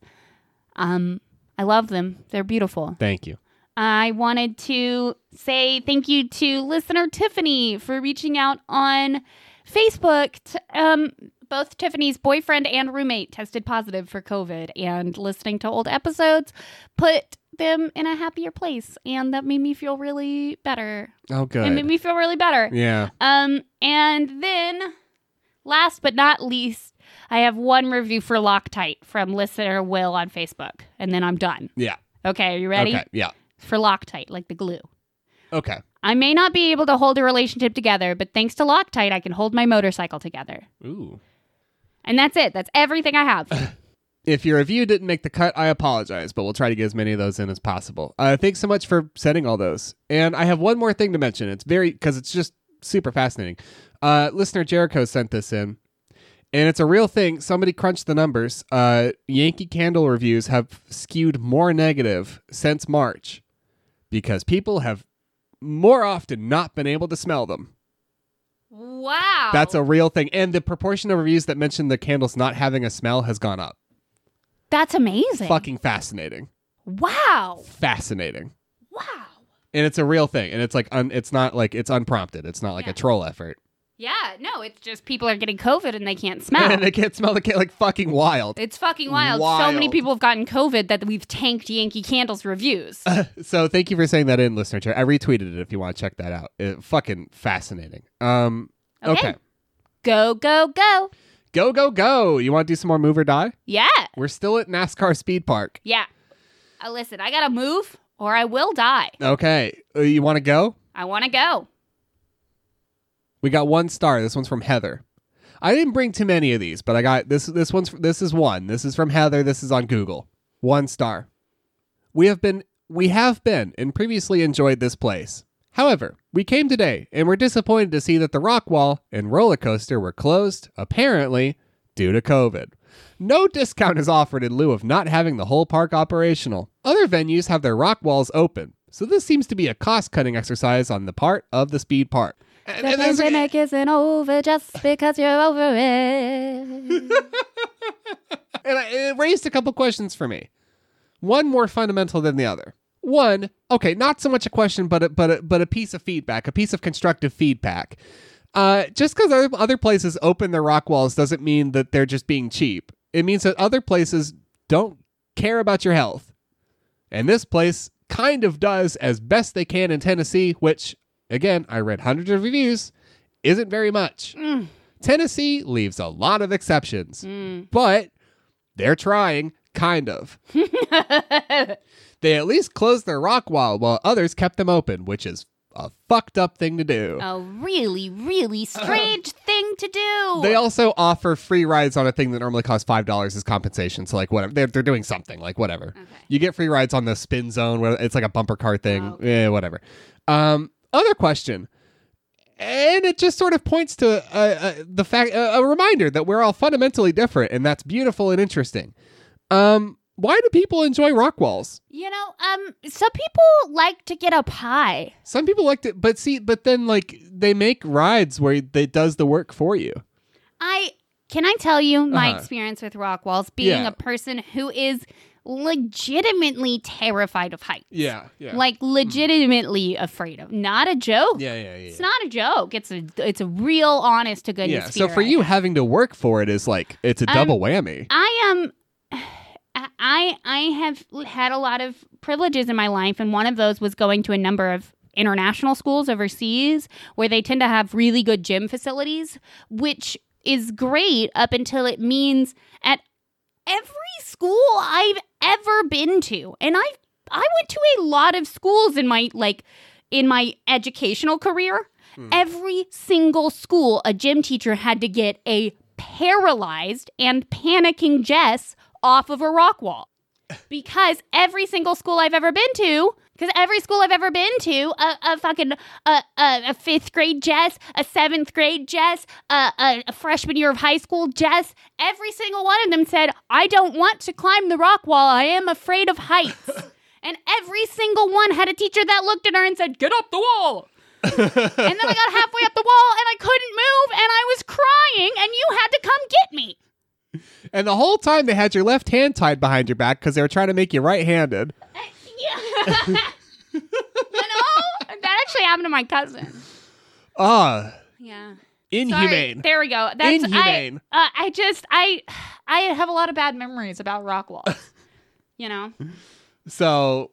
Um, I love them. They're beautiful.
Thank you.
I wanted to say thank you to listener Tiffany for reaching out on Facebook. T- um, both Tiffany's boyfriend and roommate tested positive for COVID, and listening to old episodes put them in a happier place. And that made me feel really better.
Oh,
It made
good.
me feel really better.
Yeah.
Um, and then last but not least, I have one review for Loctite from listener Will on Facebook, and then I'm done.
Yeah.
Okay, are you ready?
Okay. Yeah.
For Loctite, like the glue.
Okay.
I may not be able to hold a relationship together, but thanks to Loctite, I can hold my motorcycle together.
Ooh.
And that's it. That's everything I have.
If your review didn't make the cut, I apologize, but we'll try to get as many of those in as possible. Uh, thanks so much for sending all those. And I have one more thing to mention. It's very, because it's just super fascinating. Uh, listener Jericho sent this in, and it's a real thing. Somebody crunched the numbers. Uh, Yankee Candle reviews have skewed more negative since March because people have more often not been able to smell them.
wow.
That's a real thing. And the proportion of reviews that mention the candles not having a smell has gone up.
That's amazing.
Fucking fascinating.
Wow.
Fascinating.
Wow.
And it's a real thing. And it's like un- it's not like it's unprompted. It's not like
Yeah.
a troll effort.
Yeah, no, it's just people are getting COVID and they can't smell.
And they can't smell the candle like fucking wild.
It's fucking wild. So many
Wild.
people have gotten COVID that we've tanked Yankee Candle's reviews.
so thank you for saying that in, listener. Chair. I retweeted it if you want to check that out. It, fucking fascinating. Um
Okay.
okay.
go, go, go.
Go, go, go. You want to do some more move or die?
Yeah.
We're still at NASCAR Speed Park.
Yeah. Uh, listen, I got to move or I will die.
Okay. Uh, you want to go?
I want to go.
We got one star. This one's from Heather. I didn't bring too many of these, but I got this. This one's this is one. This is from Heather. This is on Google. One star. We have been we have been and previously enjoyed this place. However, we came today and were disappointed to see that the rock wall and roller coaster were closed, apparently due to COVID. No discount is offered in lieu of not having the whole park operational. Other venues have their rock walls open, so this seems to be a cost-cutting exercise on the part of the speed park. And- and there's-
isn't over just because you're over it.
and I, it raised a couple questions for me. One more fundamental than the other. One, okay, not so much a question, but a, but a, but a piece of feedback, a piece of constructive feedback. Uh, just because other, other places open their rock walls doesn't mean that they're just being cheap. It means that other places don't care about your health, and this place kind of does as best they can in Tennessee, which again I read hundreds of reviews, isn't very much. Tennessee leaves a lot of exceptions, but they're trying, kind of. They at least closed their rock wall while others kept them open, which is a fucked up thing to do.
a really, really strange thing to do.
They also offer free rides on a thing that normally costs five dollars as compensation. So like whatever, they're, they're doing something like whatever. You get free rides on the spin zone. where It's like a bumper car
Oh,
thing. Yeah, whatever. Um, other question, and it just sort of points to uh, uh, the fact uh, a reminder that we're all fundamentally different, and that's beautiful and interesting. Um, why do people enjoy rock walls?
you know, um, some people like to get up high.
Some people like to, but see, but then like they make rides where it does the work for you.
I can I tell you my
Uh-huh.
experience with rock walls being
Yeah.
a person who is legitimately terrified of heights.
Yeah, yeah,
Like legitimately afraid of. Not a joke.
yeah, yeah, yeah.
It's not a joke. It's a it's a real honest to goodness.
yeah so
fear
for
I
you
have.
having to work for it is like it's a
Um,
double whammy
I am. I I have had a lot of privileges in my life, and one of those was going to a number of international schools overseas where they tend to have really good gym facilities, which is great up until it means at every school I've ever been to, and I I went to a lot of schools in my like in my educational career. Every single school, a gym teacher had to get a paralyzed and panicking Jess off of a rock wall. Because every single school I've ever been to, because every school I've ever been to, a, a fucking a, a, a fifth grade Jess, a seventh grade Jess, a, a, a freshman year of high school Jess, every single one of them said, I don't want to climb the rock wall. I am afraid of heights. and every single one had a teacher that looked at her and said, Get up the wall. And then I got halfway up the wall and I couldn't move and I was crying and you had to come get me.
And the whole time they had your left hand tied behind your back because they were trying to make you right handed.
you know, that actually happened to my cousin.
Ah,
Yeah. Sorry.
inhumane.
There we go. That's
Inhumane.
I, uh, I just I I have a lot of bad memories about rock walls. you know.
So,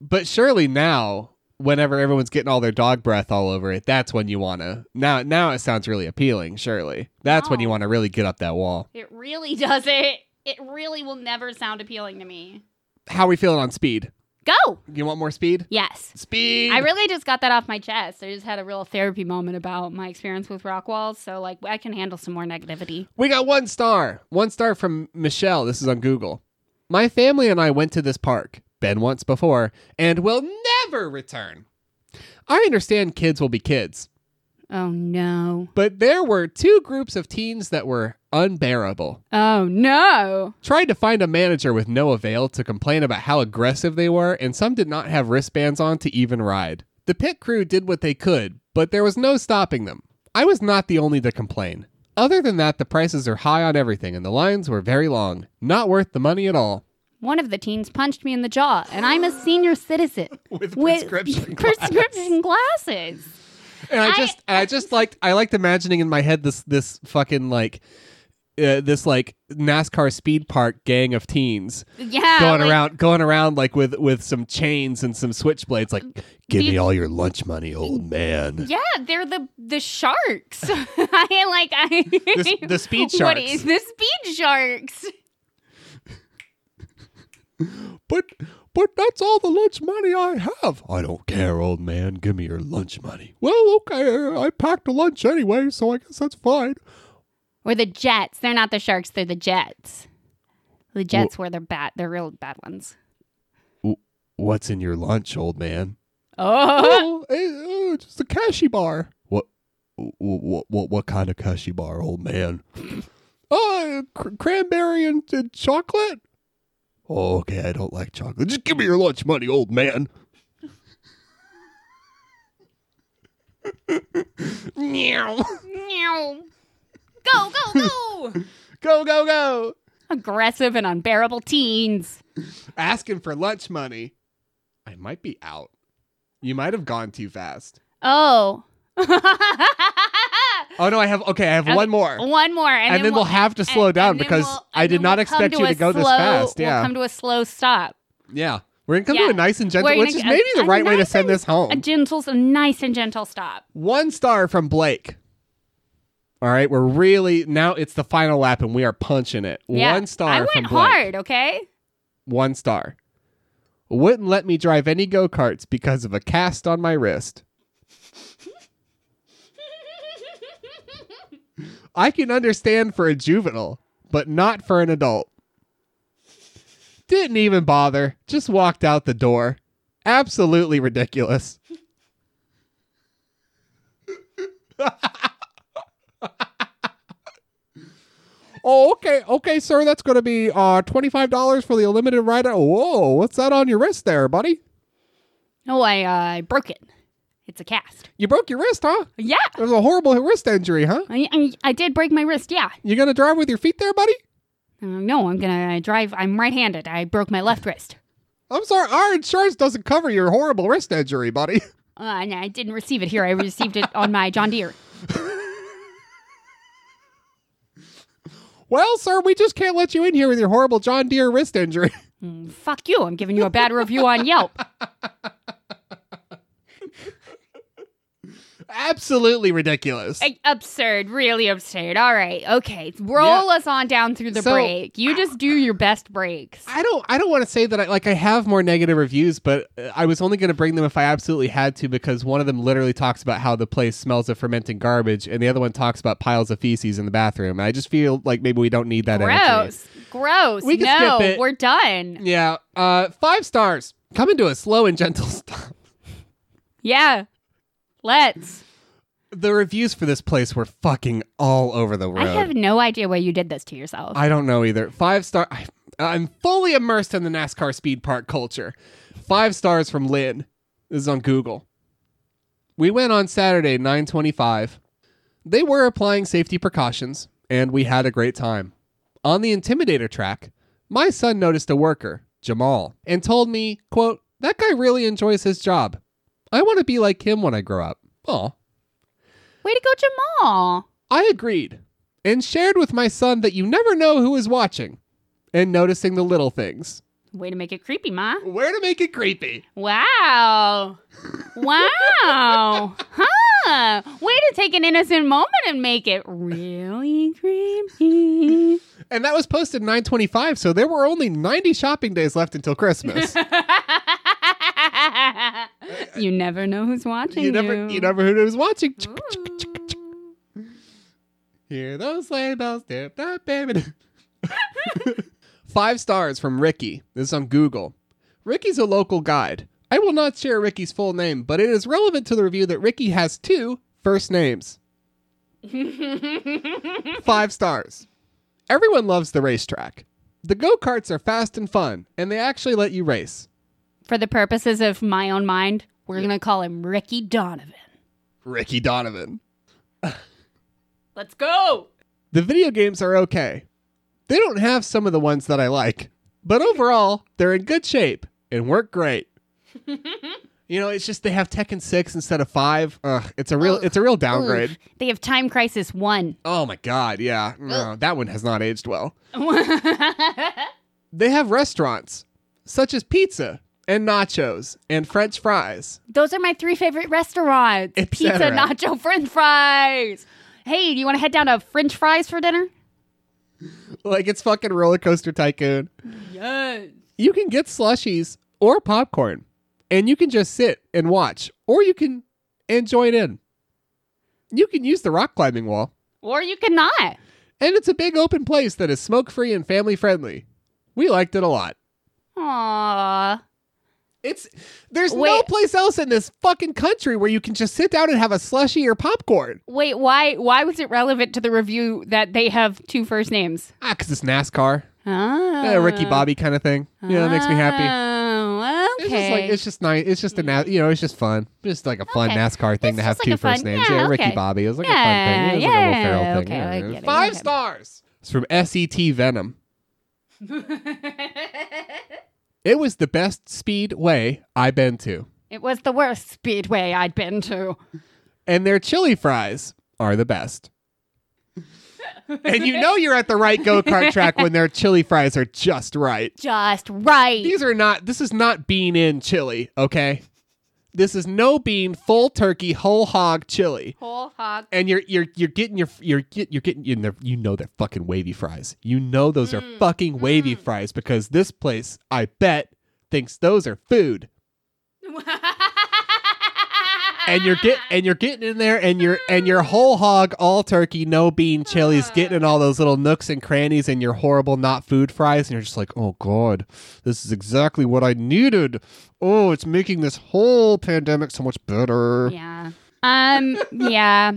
but surely now, whenever everyone's getting all their dog breath all over it, that's when you want to. Now, now it sounds really appealing. Surely, that's when you
No.
want to really get up that wall.
It really does it. It really will never sound appealing to me.
How are we feeling on speed?
Go.
You want more speed?
Yes.
Speed.
I really just got that off my chest. I just had a real therapy moment about my experience with rock walls, so like I can handle some more negativity.
We got one star. One star from Michelle. This is on Google. My family and I went to this park, been once before, and will never return. I understand kids will be kids,
Oh no.
but there were two groups of teens that were unbearable.
Oh no.
Tried to find a manager with no avail to complain about how aggressive they were, and some did not have wristbands on to even ride. The pit crew did what they could, but there was no stopping them. I was not the only to complain. Other than that, the prices are high on everything, and the lines were very long. Not worth the money at all.
One of the teens punched me in the jaw, and I'm a senior citizen
With
prescription glasses.
And I
I-
just, I, just liked, I liked imagining in my head this, this fucking like, uh, this like NASCAR speed park gang of teens
Yeah,
going
like,
around going around like with with some chains and some switchblades like give
These-
me all your lunch money old man
Yeah, they're the the sharks. I like I
the, the speed
What
sharks
is the speed sharks?
but but that's all the lunch money i have i don't care old man give me your lunch money well okay i packed a lunch anyway so i guess that's fine
Or the jets. They're not the sharks, they're the jets. The jets were the bad they're real bad ones.
what's in your lunch old man
Oh,
oh, eh, eh, just a cashy bar what what, what what kind of cashy bar old man oh cr- cranberry and, and chocolate oh okay i don't like chocolate just give me your lunch money old man Meow.
meow. go, go, go.
go go go
Aggressive and unbearable teens.
asking for lunch money i might be out you might have gone too fast
Oh.
oh no i have okay i have
Okay.
one more
One more, and,
and,
then
then we'll, have to slow
and-
down
and then
because
we'll-
I
and
did
then
not
we'll come
expect you
a
to go this
slow-
fast. Yeah,
We'll come to a slow stop.
yeah. We're gonna come to
Yeah.
a nice and
We're
gentle,
gonna
which is
g-
maybe the
a
right way to
nice
send
and-
this home.
A gentle, a nice and gentle stop.
One star from Blake. All right, we're really now it's the final lap and we are punching it.
Yeah.
One star
I went
from Blake.
hard, okay?
One star. Wouldn't let me drive any go karts because of a cast on my wrist. I can understand for a juvenile, but not for an adult. Didn't even bother, just walked out the door. Absolutely ridiculous. oh, okay, okay, sir. That's going to be uh, twenty-five dollars for the limited ride. Whoa, what's that on your wrist there, buddy?
oh, I uh, I broke it. It's a cast.
You broke your wrist, huh?
Yeah.
It was a horrible wrist injury, huh?
I, I, I did break my wrist, yeah.
You gonna drive with your feet there, buddy?
Uh, no, I'm gonna I drive. I'm right handed. I broke my left wrist.
I'm sorry, our insurance doesn't cover your horrible wrist injury, buddy.
Uh, and I didn't receive it here. I received it on my John Deere.
Well, sir, we just can't let you in here with your horrible John Deere wrist injury.
Mm, fuck you. I'm giving you a bad review on Yelp.
Absolutely ridiculous.
Uh, absurd. Really absurd. All right. Okay. Roll us on down through the
So-
break. You just do your best breaks.
I don't. I don't want to say that. I like. I have more negative reviews, but uh, I was only going to bring them if I absolutely had to, because one of them literally talks about how the place smells of fermenting garbage, and the other one talks about piles of feces in the bathroom. And I just feel like maybe we don't need that energy.
Gross. Gross.
We can
no,
skip it.
we're done.
Yeah. Uh, five stars. Coming to a slow and gentle stop.
Yeah. Let's.
The reviews for this place were fucking all over the road.
I have no idea why you did this to yourself.
I don't know either. Five star. I, I'm fully immersed in the NASCAR speed park culture. Five stars from Lynn. This is on Google. We went on Saturday, 925. They were applying safety precautions, and we had a great time. On the Intimidator track, my son noticed a worker, Jamal, and told me, quote, that guy really enjoys his job. I want to be like him when I grow up. Aw.
Way to go, Jamal.
I agreed and shared with my son that you never know who is watching and noticing the little things.
Way to make it creepy, Ma.
Where to make it creepy.
Wow. Wow. huh. Way to take an innocent moment and make it really creepy.
And that was posted 925, so there were only 90 shopping days left until Christmas.
you never know who's watching.
you never you never heard who was watching.
Ooh.
Hear those sleigh bells, dip that baby. Five stars from Ricky. This is on Google. Ricky's a local guide. I will not share Ricky's full name, but it is relevant to the review that Ricky has two first names. Five stars. Everyone loves the racetrack. The go karts are fast and fun, and they actually let you race.
For the purposes of my own mind, we're gonna call him Ricky Donovan.
Ricky Donovan.
Let's go.
The video games are okay. They don't have some of the ones that I like, but overall, they're in good shape and work great. you know, it's just they have Tekken 6 instead of 5. Ugh, it's a real it's a real downgrade.
They have Time Crisis One.
Oh my god, yeah. No, that one has not aged well. They have restaurants such as pizza and nachos and french fries.
Those are my three favorite restaurants:
Et
pizza,
cetera.
nacho, French fries. Hey, do you want to head down to French fries for dinner?
Like it's fucking roller coaster tycoon.
Yes.
you can get slushies or popcorn and you can just sit and watch or you can and join in you can use the rock climbing wall
Or you cannot.
and it's a big open place that is smoke free and family friendly we liked it a lot
Aww.
it's there's no
Wait.
place else in this fucking country where you can just sit down and have a slushie or popcorn
Wait, why? Why was it relevant to the review that they have two first names?
ah because it's nascar
Oh,
eh, ricky bobby kind of thing yeah it makes me happy
Oh, okay. Mm.
it's just like it's just nice. It's just a na- you know it's just fun, just like a fun
Okay.
NASCAR thing
It's
to have
just like
two
a
first
fun-
names.
yeah,
Ricky
okay.
Bobby. It was like a fun thing. It was
Yeah,
like a Will
yeah,
Ferrell
okay, I
thing.
get it,
Five
okay.
stars. It's from SET Venom. It was the best speed way I've been to,
it was the worst speedway I'd been to.
and their chili fries are the best. and you know you're at the right go kart track when their chili fries are just right.
Just right.
These are not. This is not bean in chili. Okay, this is no bean, full turkey, whole hog chili.
Whole hog.
and you're you're you're getting your you're get you're getting you know, you know they're fucking wavy fries. You know those are fucking wavy fries because this place, I bet, thinks those are food. And you're get and you're getting in there and you're and your whole hog, all turkey, no bean chilies, getting in all those little nooks and crannies and your horrible not food fries, and you're just like, oh god, this is exactly what I needed. Oh, it's making this whole pandemic so much better.
Yeah. Um. Yeah.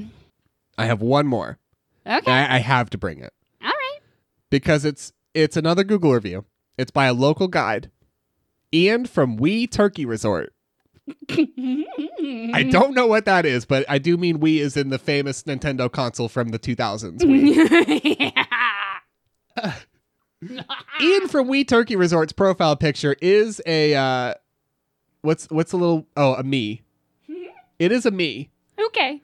I have one more.
Okay.
I, I have to bring it.
All right.
because it's it's another Google review. It's by a local guide, Ian from Wee Turkey Resort.
Mm-hmm.
I don't know what that is, but I do mean Wii is in the famous Nintendo console from the 2000s. Wii. Ian from Wee Turkey Resort's profile picture is a uh, what's what's a little oh a me. It is a me.
okay.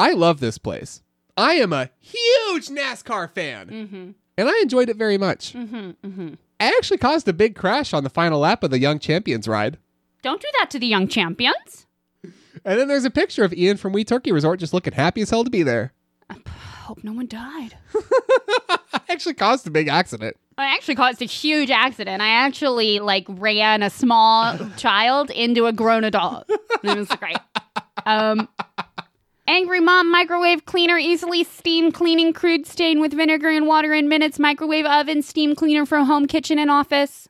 I love this place. I am a huge NASCAR fan,
Mhm.
and I enjoyed it very much.
Mhm. Mhm.
I actually caused a big crash on the final lap of the Young Champions ride.
Don't do that to the young champions.
And then there's a picture of Ian from Wee Turkey Resort just looking happy as hell to be there.
Hope no one died.
I actually caused a big accident.
I actually caused a huge accident. I actually like ran a small child into a grown adult. It was great. Um, angry mom, microwave cleaner, easily steam cleaning, crude stain with vinegar and water in minutes, microwave oven, steam cleaner from home, kitchen, and office.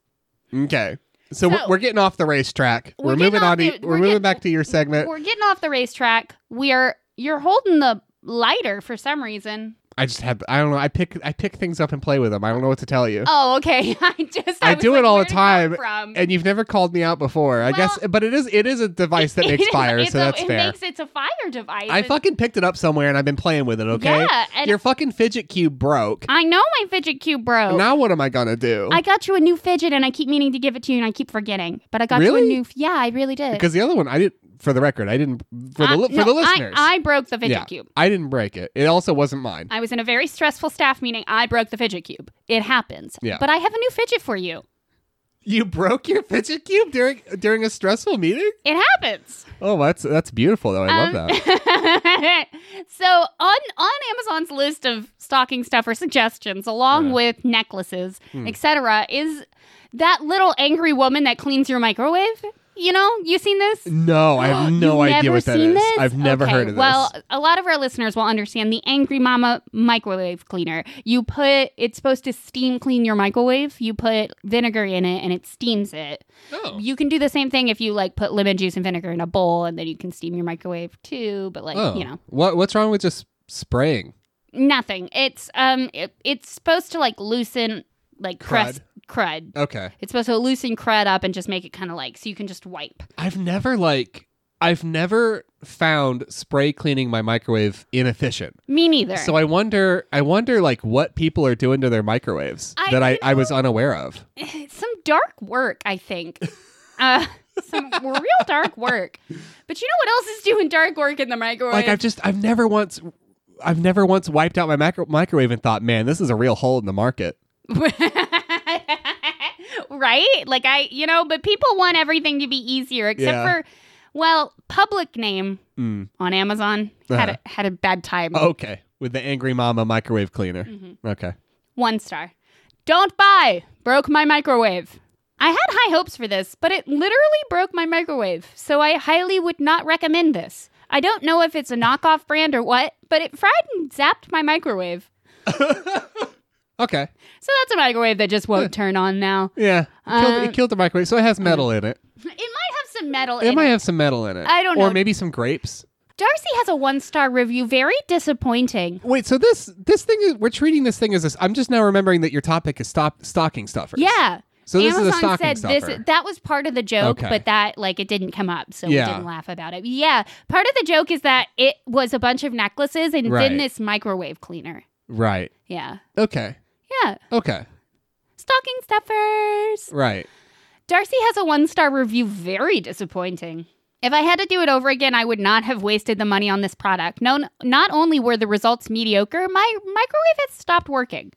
Okay. So, we're,
So-
we're getting off the racetrack. We're,
We're getting
moving
off
on to
the-
we're,
we're
moving
getting-
back to your segment.
We're getting off the racetrack. We're you're holding the lighter for some reason.
I just have. I don't know. I pick. I pick things up and play with them. I don't know what to tell you.
Oh, okay. I just
I
was
do it
like,
all
where
the
did it come
time,
From
and you've never called me out before. I guess, but it is. It is a device that
It
makes
is-
fire,
it's
so
a-
that's
it
fair.
makes it's a fire device.
I
It's-
fucking picked it up somewhere, and I've been playing with it. Okay.
Yeah, and-
Your fucking fidget cube broke.
I know my fidget cube broke.
Now what am I gonna do?
I got you a new fidget, and I keep meaning to give it to you, and I keep forgetting. But I got you a
Really?
new. f- Yeah, I really did.
Because the other one, I didn't. For the record, I didn't. For the
I-
li- for
no,
the listeners,
I, I broke the fidget
yeah,
cube.
I didn't break it. It also wasn't mine.
I was in a very stressful staff meeting. I broke the fidget cube. It happens.
Yeah.
But I have a new fidget for you.
You broke your fidget cube during during a stressful meeting.
It happens.
Oh, that's that's beautiful though.
Um,
I love that.
that. so on on Amazon's list of stocking stuffer suggestions, along
Yeah. Hmm.
with necklaces, etc., is that little angry woman that cleans your microwave. You know, you seen this?
No, I have no
You've
idea
never
what that
seen
is.
this?
I've never
Okay,
heard of
Well,
this.
a lot of our listeners will understand the Angry Mama microwave cleaner. You put it's supposed to steam clean your microwave. You put vinegar in it and it steams it.
Oh.
You can do the same thing if you like put lemon juice and vinegar in a bowl and then you can steam your microwave too, but like, you know,
Oh. What what's wrong with just spraying?
nothing. It's um it, it's supposed to like loosen like crust crud.
Okay.
It's supposed to loosen crud up and just make it kind of like so you can just wipe.
I've never like I've never found spray cleaning my microwave inefficient.
Me neither.
So I wonder I wonder like what people are doing to their microwaves
I-
that I,
you
I was unaware of.
some dark work, I think. Uh, some real dark work. But you know what else is doing dark work in the microwave?
Like I've just I've never once I've never once wiped out my macro- microwave and thought, man, this is a real hole in the market.
right? Like I, you know, but people want everything to be easier, except
Yeah.
for, well, public name
Mm.
on Amazon had
Uh-huh. Oh,
a, had a bad time.
Okay, with the angry mama microwave cleaner.
Mhm.
Okay.
One star. Don't buy. Broke my microwave. I had high hopes for this, but it literally broke my microwave, so I highly would not recommend this. I don't know if it's a knockoff brand or what, but it fried and zapped my microwave.
Okay.
So that's a microwave that just won't turn on now.
Yeah. It killed,
Um,
it killed the microwave, so it has metal in it.
It might have some metal
It
in
might
it.
have some metal in it.
mm. I don't
Or
know.
maybe some grapes.
Darcy has a one star review. Very disappointing.
Wait, so this this thing is we're treating this thing as this. I'm just now remembering that your topic is stop stocking stuffers.
Yeah.
So this
Amazon
is a stocking
said
stuffer.
this that was part of the joke,
Okay.
but that like it didn't come up, so
Yeah.
we didn't laugh about it. Yeah, part of the joke is that it was a bunch of necklaces and
Right.
then this microwave cleaner.
right.
Yeah,
Okay.
yeah,
Okay.
stocking stuffers.
Right.
Darcy has a one star review. Very disappointing. If I had to do it over again, I would not have wasted the money on this product. No, not only were the results mediocre, my microwave has stopped working.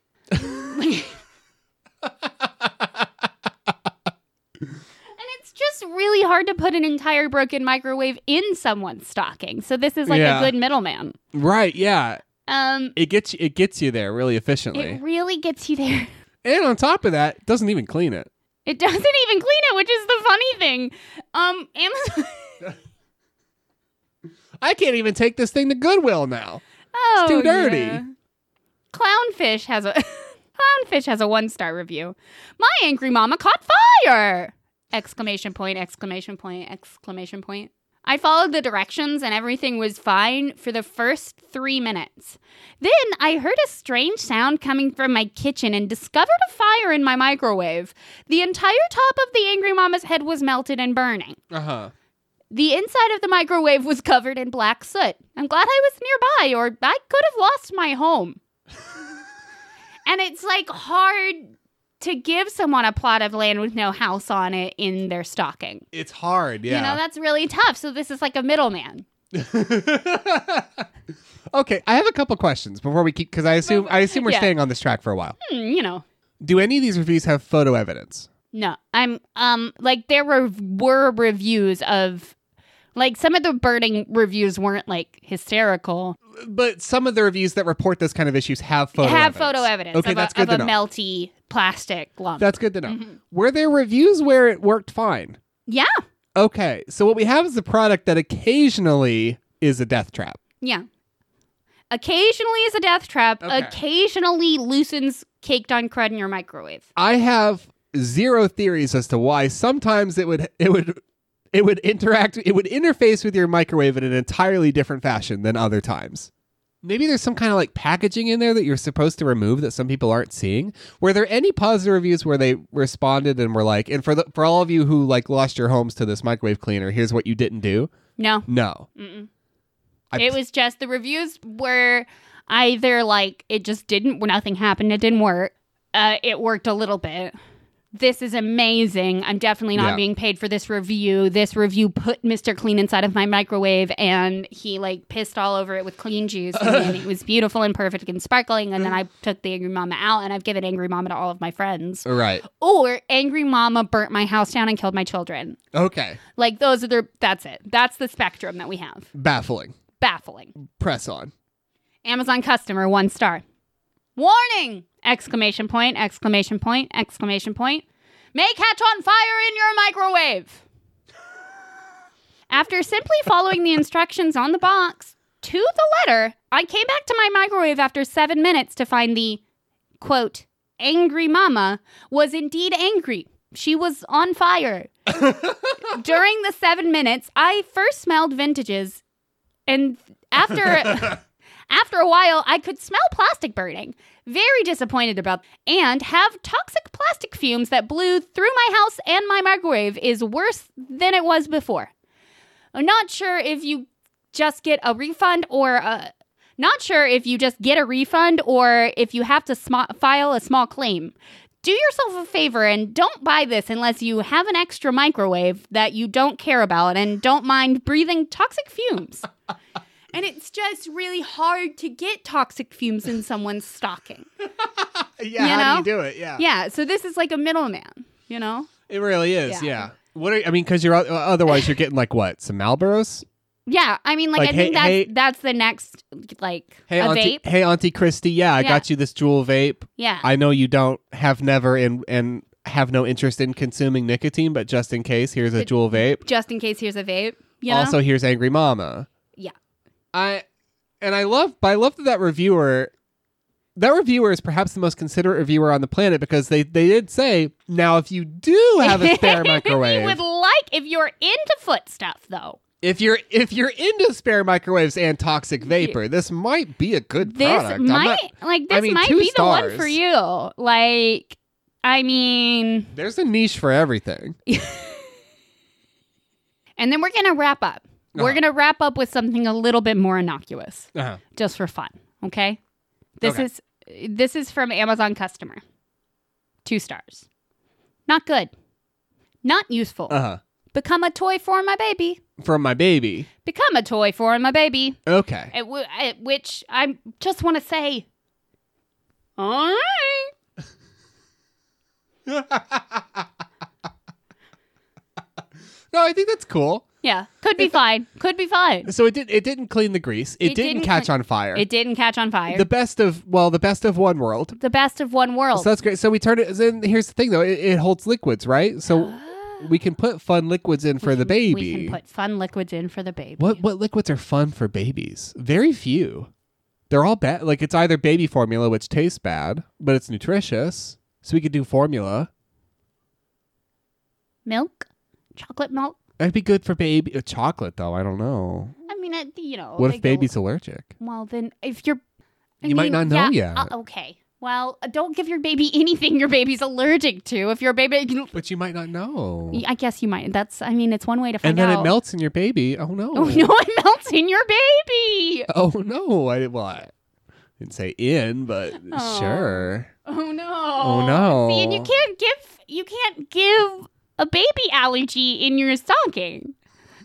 And it's just really hard to put an entire broken microwave in someone's stocking. So this is like
Yeah.
a good middleman.
Right. Yeah.
Um,
It gets you, it gets you there really efficiently.
it really gets you there.
and on top of that, it doesn't even clean it.
It doesn't even clean it, which is the funny thing. Um, Amazon.
I can't even take this thing to Goodwill now.
Oh,
Too dirty.
yeah.
Clownfish has a Clownfish has a one star review. My angry mama caught fire! Exclamation point! Exclamation point! Exclamation point! I followed the directions and everything was fine for the first three minutes. Then I heard a strange sound coming from my kitchen and discovered a fire in my microwave. The entire top of the angry mama's head was melted and burning.
Uh huh.
The inside of the microwave was covered in black soot. I'm glad I was nearby, or I could have lost my home. and it's like hard to give someone a plot of land with no house on it in their stocking.
It's hard.
You know, that's really tough. So this is like a middleman.
okay. I have a couple questions before we keep because I assume I assume we're
Yeah.
staying on this track for a while.
Hmm, you know,
Do any of these reviews have photo evidence?
no, I'm, um, like there were, were reviews of, like some of the burning reviews weren't like hysterical.
but some of the reviews that report this kind of issues have photo
have
evidence.
photo evidence
Okay,
of
that's
a,
good
of
to
a Mm-hmm.
know.
melty plastic lump.
That's good to know. Were there reviews where it worked fine?
yeah.
Okay, so what we have is a product that occasionally is a death trap.
Yeah. Occasionally is a death trap.
Okay.
Occasionally loosens caked on crud in your microwave.
I have zero theories as to why sometimes it would it would it would interact it would interface with your microwave in an entirely different fashion than other times. maybe there's some kind of like packaging in there that you're supposed to remove that some people aren't seeing. Were there any positive reviews where they responded and were like, and for the for all of you who like lost your homes to this microwave cleaner, here's what you didn't do?
No.
No.
Mm-mm.
I
it
pl-
was just the reviews were either like it just didn't, nothing happened, it didn't work. Uh, it worked a little bit. This is amazing. I'm definitely not
Yeah.
being paid for this review. This review put Mr. Clean inside of my microwave and he like pissed all over it with clean juice and it was beautiful and perfect and sparkling. And then I took the Angry Mama out and I've given Angry Mama to all of my friends.
Right.
Or Angry Mama burnt my house down and killed my children.
Okay.
Like those are the that's it. That's the spectrum that we have.
Baffling.
Baffling.
Press on.
Amazon customer, one star. Warning! Exclamation point, exclamation point, exclamation point. May catch on fire in your microwave. After simply following the instructions on the box to the letter, I came back to my microwave after seven minutes to find the quote, angry mama was indeed angry. She was on fire. During the seven minutes, I first smelled vintages, and after. After a while, I could smell plastic burning, very disappointed about, and have toxic plastic fumes that blew through my house and my microwave is worse than it was before. I'm not sure if you just get a refund or a. Not sure if you just get a refund or if you have to sma file a small claim. Do yourself a favor and don't buy this unless you have an extra microwave that you don't care about and don't mind breathing toxic fumes. And it's just really hard to get toxic fumes in someone's stocking.
Yeah,
You
how
know?
do you do it? Yeah.
Yeah, so this is like a middleman, you know?
It really is. Yeah.
Yeah.
What are I mean? Because you're o- otherwise you're getting like what some Malboros?
Yeah, I mean, like,
Like,
I
hey-
think that's
hey-
that's the next like
Hey,
a
Auntie,
vape.
hey, Auntie Christy. Yeah, I
Yeah.
got you this jewel vape.
Yeah,
I know you don't have never and and have no interest in consuming nicotine, but just in case, here's a
It-
jewel vape.
just in case here's a vape. You know?
Also, here's Angry Mama.
Yeah.
I and I love, but I love that that reviewer, that reviewer is perhaps the most considerate reviewer on the planet because they they did say now if you do have a spare
we
microwave,
would like if you're into foot stuff though.
if you're if you're into spare microwaves and toxic vapor, this might be a good
This
product. I'm
might
not-
like
I
this
mean,
might
two
be the one for
stars.
you. Like, I mean,
there's a niche for everything.
and then we're gonna wrap up. We're
Uh-huh.
gonna wrap up with something a little bit more innocuous.
Uh-huh.
just for fun. Okay. This
Okay.
is this is from Amazon customer. Two stars. Not good. Not useful.
Uh-huh.
Become a toy for my baby.
From my baby.
Become a toy for my baby.
Okay.
At, w- at which I just want to say, all right.
No, I think that's cool.
Yeah, could be fine. Could be fine.
So it did. It didn't clean the grease. It,
It
didn't,
didn't
catch
clean-
on fire.
It didn't catch on fire.
the
The,
best of well, the best of one world.
best of one world.
So that's great. So we turn it. Then here's the thing, though. It, it holds liquids, right? So we can put fun liquids in for the baby.
we can put fun liquids in for the baby.
what what liquids are fun for babies? Very few. They're all bad. Like it's either baby formula, which tastes bad, but it's nutritious. So we could do formula.
Milk, chocolate milk.
That'd be good for baby uh, chocolate, though. I don't know.
I mean, it, you know.
what
they
if
go-
baby's allergic?
Well, then if you're. I
You might
mean,
not know
yeah,
yet.
uh, okay. Well, uh, don't give your baby anything your baby's allergic to. If your baby.
But you might not know.
I guess you might. That's, I mean, it's one way to
Oh. and
find
then
out.
it melts in your baby. Oh no!
Oh, no, it melts in your baby.
Oh no! I didn't. Well, I didn't say in, but
Oh.
sure.
Oh, no.
Oh no!
See, and you can't give, you can't give a baby allergy in your stocking.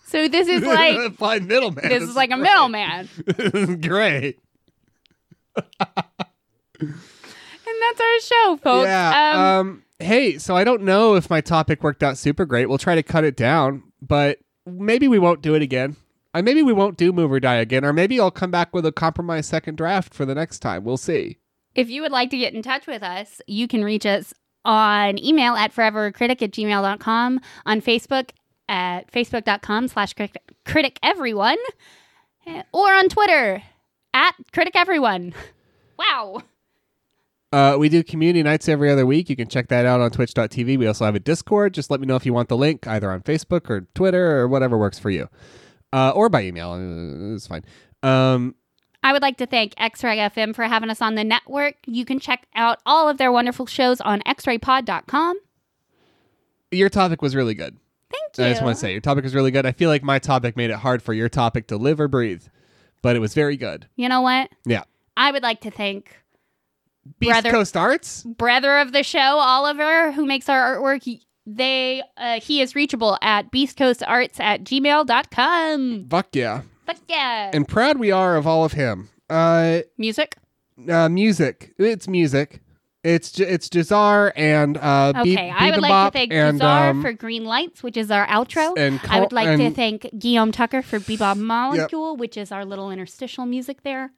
So this is like,
find middleman.
this is like a middleman.
middleman. Great.
And that's our show, folks. Um,
Yeah. Um, Hey, so I don't know if my topic worked out super great. We'll try to cut it down, but maybe we won't do it again. Uh, maybe we won't do move or die again, or maybe I'll come back with a compromise second draft for the next time. We'll see.
If you would like to get in touch with us, you can reach us on email at forevercritic at gmail.com, on Facebook at facebook.com slash critic critic everyone, eh, or on Twitter at critic everyone. Wow.
Uh, we do community nights every other week. You can check that out on twitch.tv. We also have a Discord. Just let me know if you want the link either on Facebook or Twitter or whatever works for you. Uh, or by email. Uh, It's fine. Um,
I would like to thank X Ray FM for having us on the network. You can check out all of their wonderful shows on xraypod.com.
Your topic was really good.
Thank you.
I just want to say your topic was really good. I feel like my topic made it hard for your topic to live or breathe, but it was very good.
You know what?
Yeah.
I would like to thank
Beast
Brother-
Coast Arts.
brother of the show, Oliver, who makes our artwork. He- They uh, he is reachable at beastcoastarts at gmail.com.
Fuck yeah.
Fuck yeah.
And proud we are of all of him. Uh,
Music?
uh music. It's music. It's J- it's Jazar and uh
Okay.
Be-
I would like
Bebop
to thank
and,
Bizarre
um,
for Green Lights, which is our outro.
and
I would
Col-
like to
and-
thank Guillaume Tucker for Bebop Molecule, which is our little interstitial music there.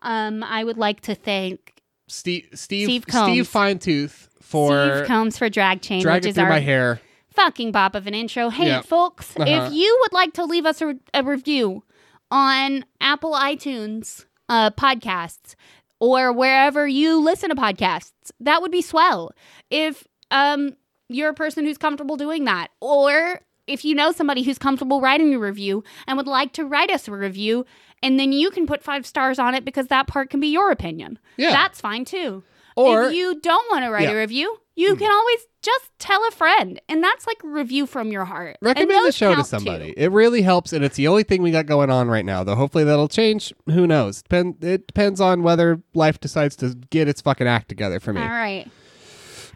Um, I would like to thank
Steve Steve
Steve
Steve,
Combs.
Finetooth for
Steve Combs for Drag Chain,
Drag
which
It
is
Through
our
My Hair.
fucking bop of an intro. Hey,
Yeah.
folks,
Uh-huh.
if you would like to leave us a, a review on Apple iTunes uh, podcasts or wherever you listen to podcasts, that would be swell. If um, you're a person who's comfortable doing that, or if you know somebody who's comfortable writing a review and would like to write us a review, and then you can put five stars on it because that part can be your opinion.
Yeah.
That's fine too
or
if you don't want to write a
Yeah. Mm-hmm.
review, you can always just tell a friend, and that's like a review from your heart. And
recommend the
those
show to
count,
somebody.
too.
It really helps, and it's the only thing we got going on right now. Though hopefully that'll change. Who knows? Depend- it depends on whether life decides to get its fucking act together for me.
All right,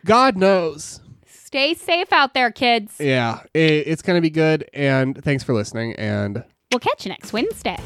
God knows.
stay safe out there, kids.
Yeah, it, it's gonna be good. And thanks for listening. And
We'll catch you next Wednesday.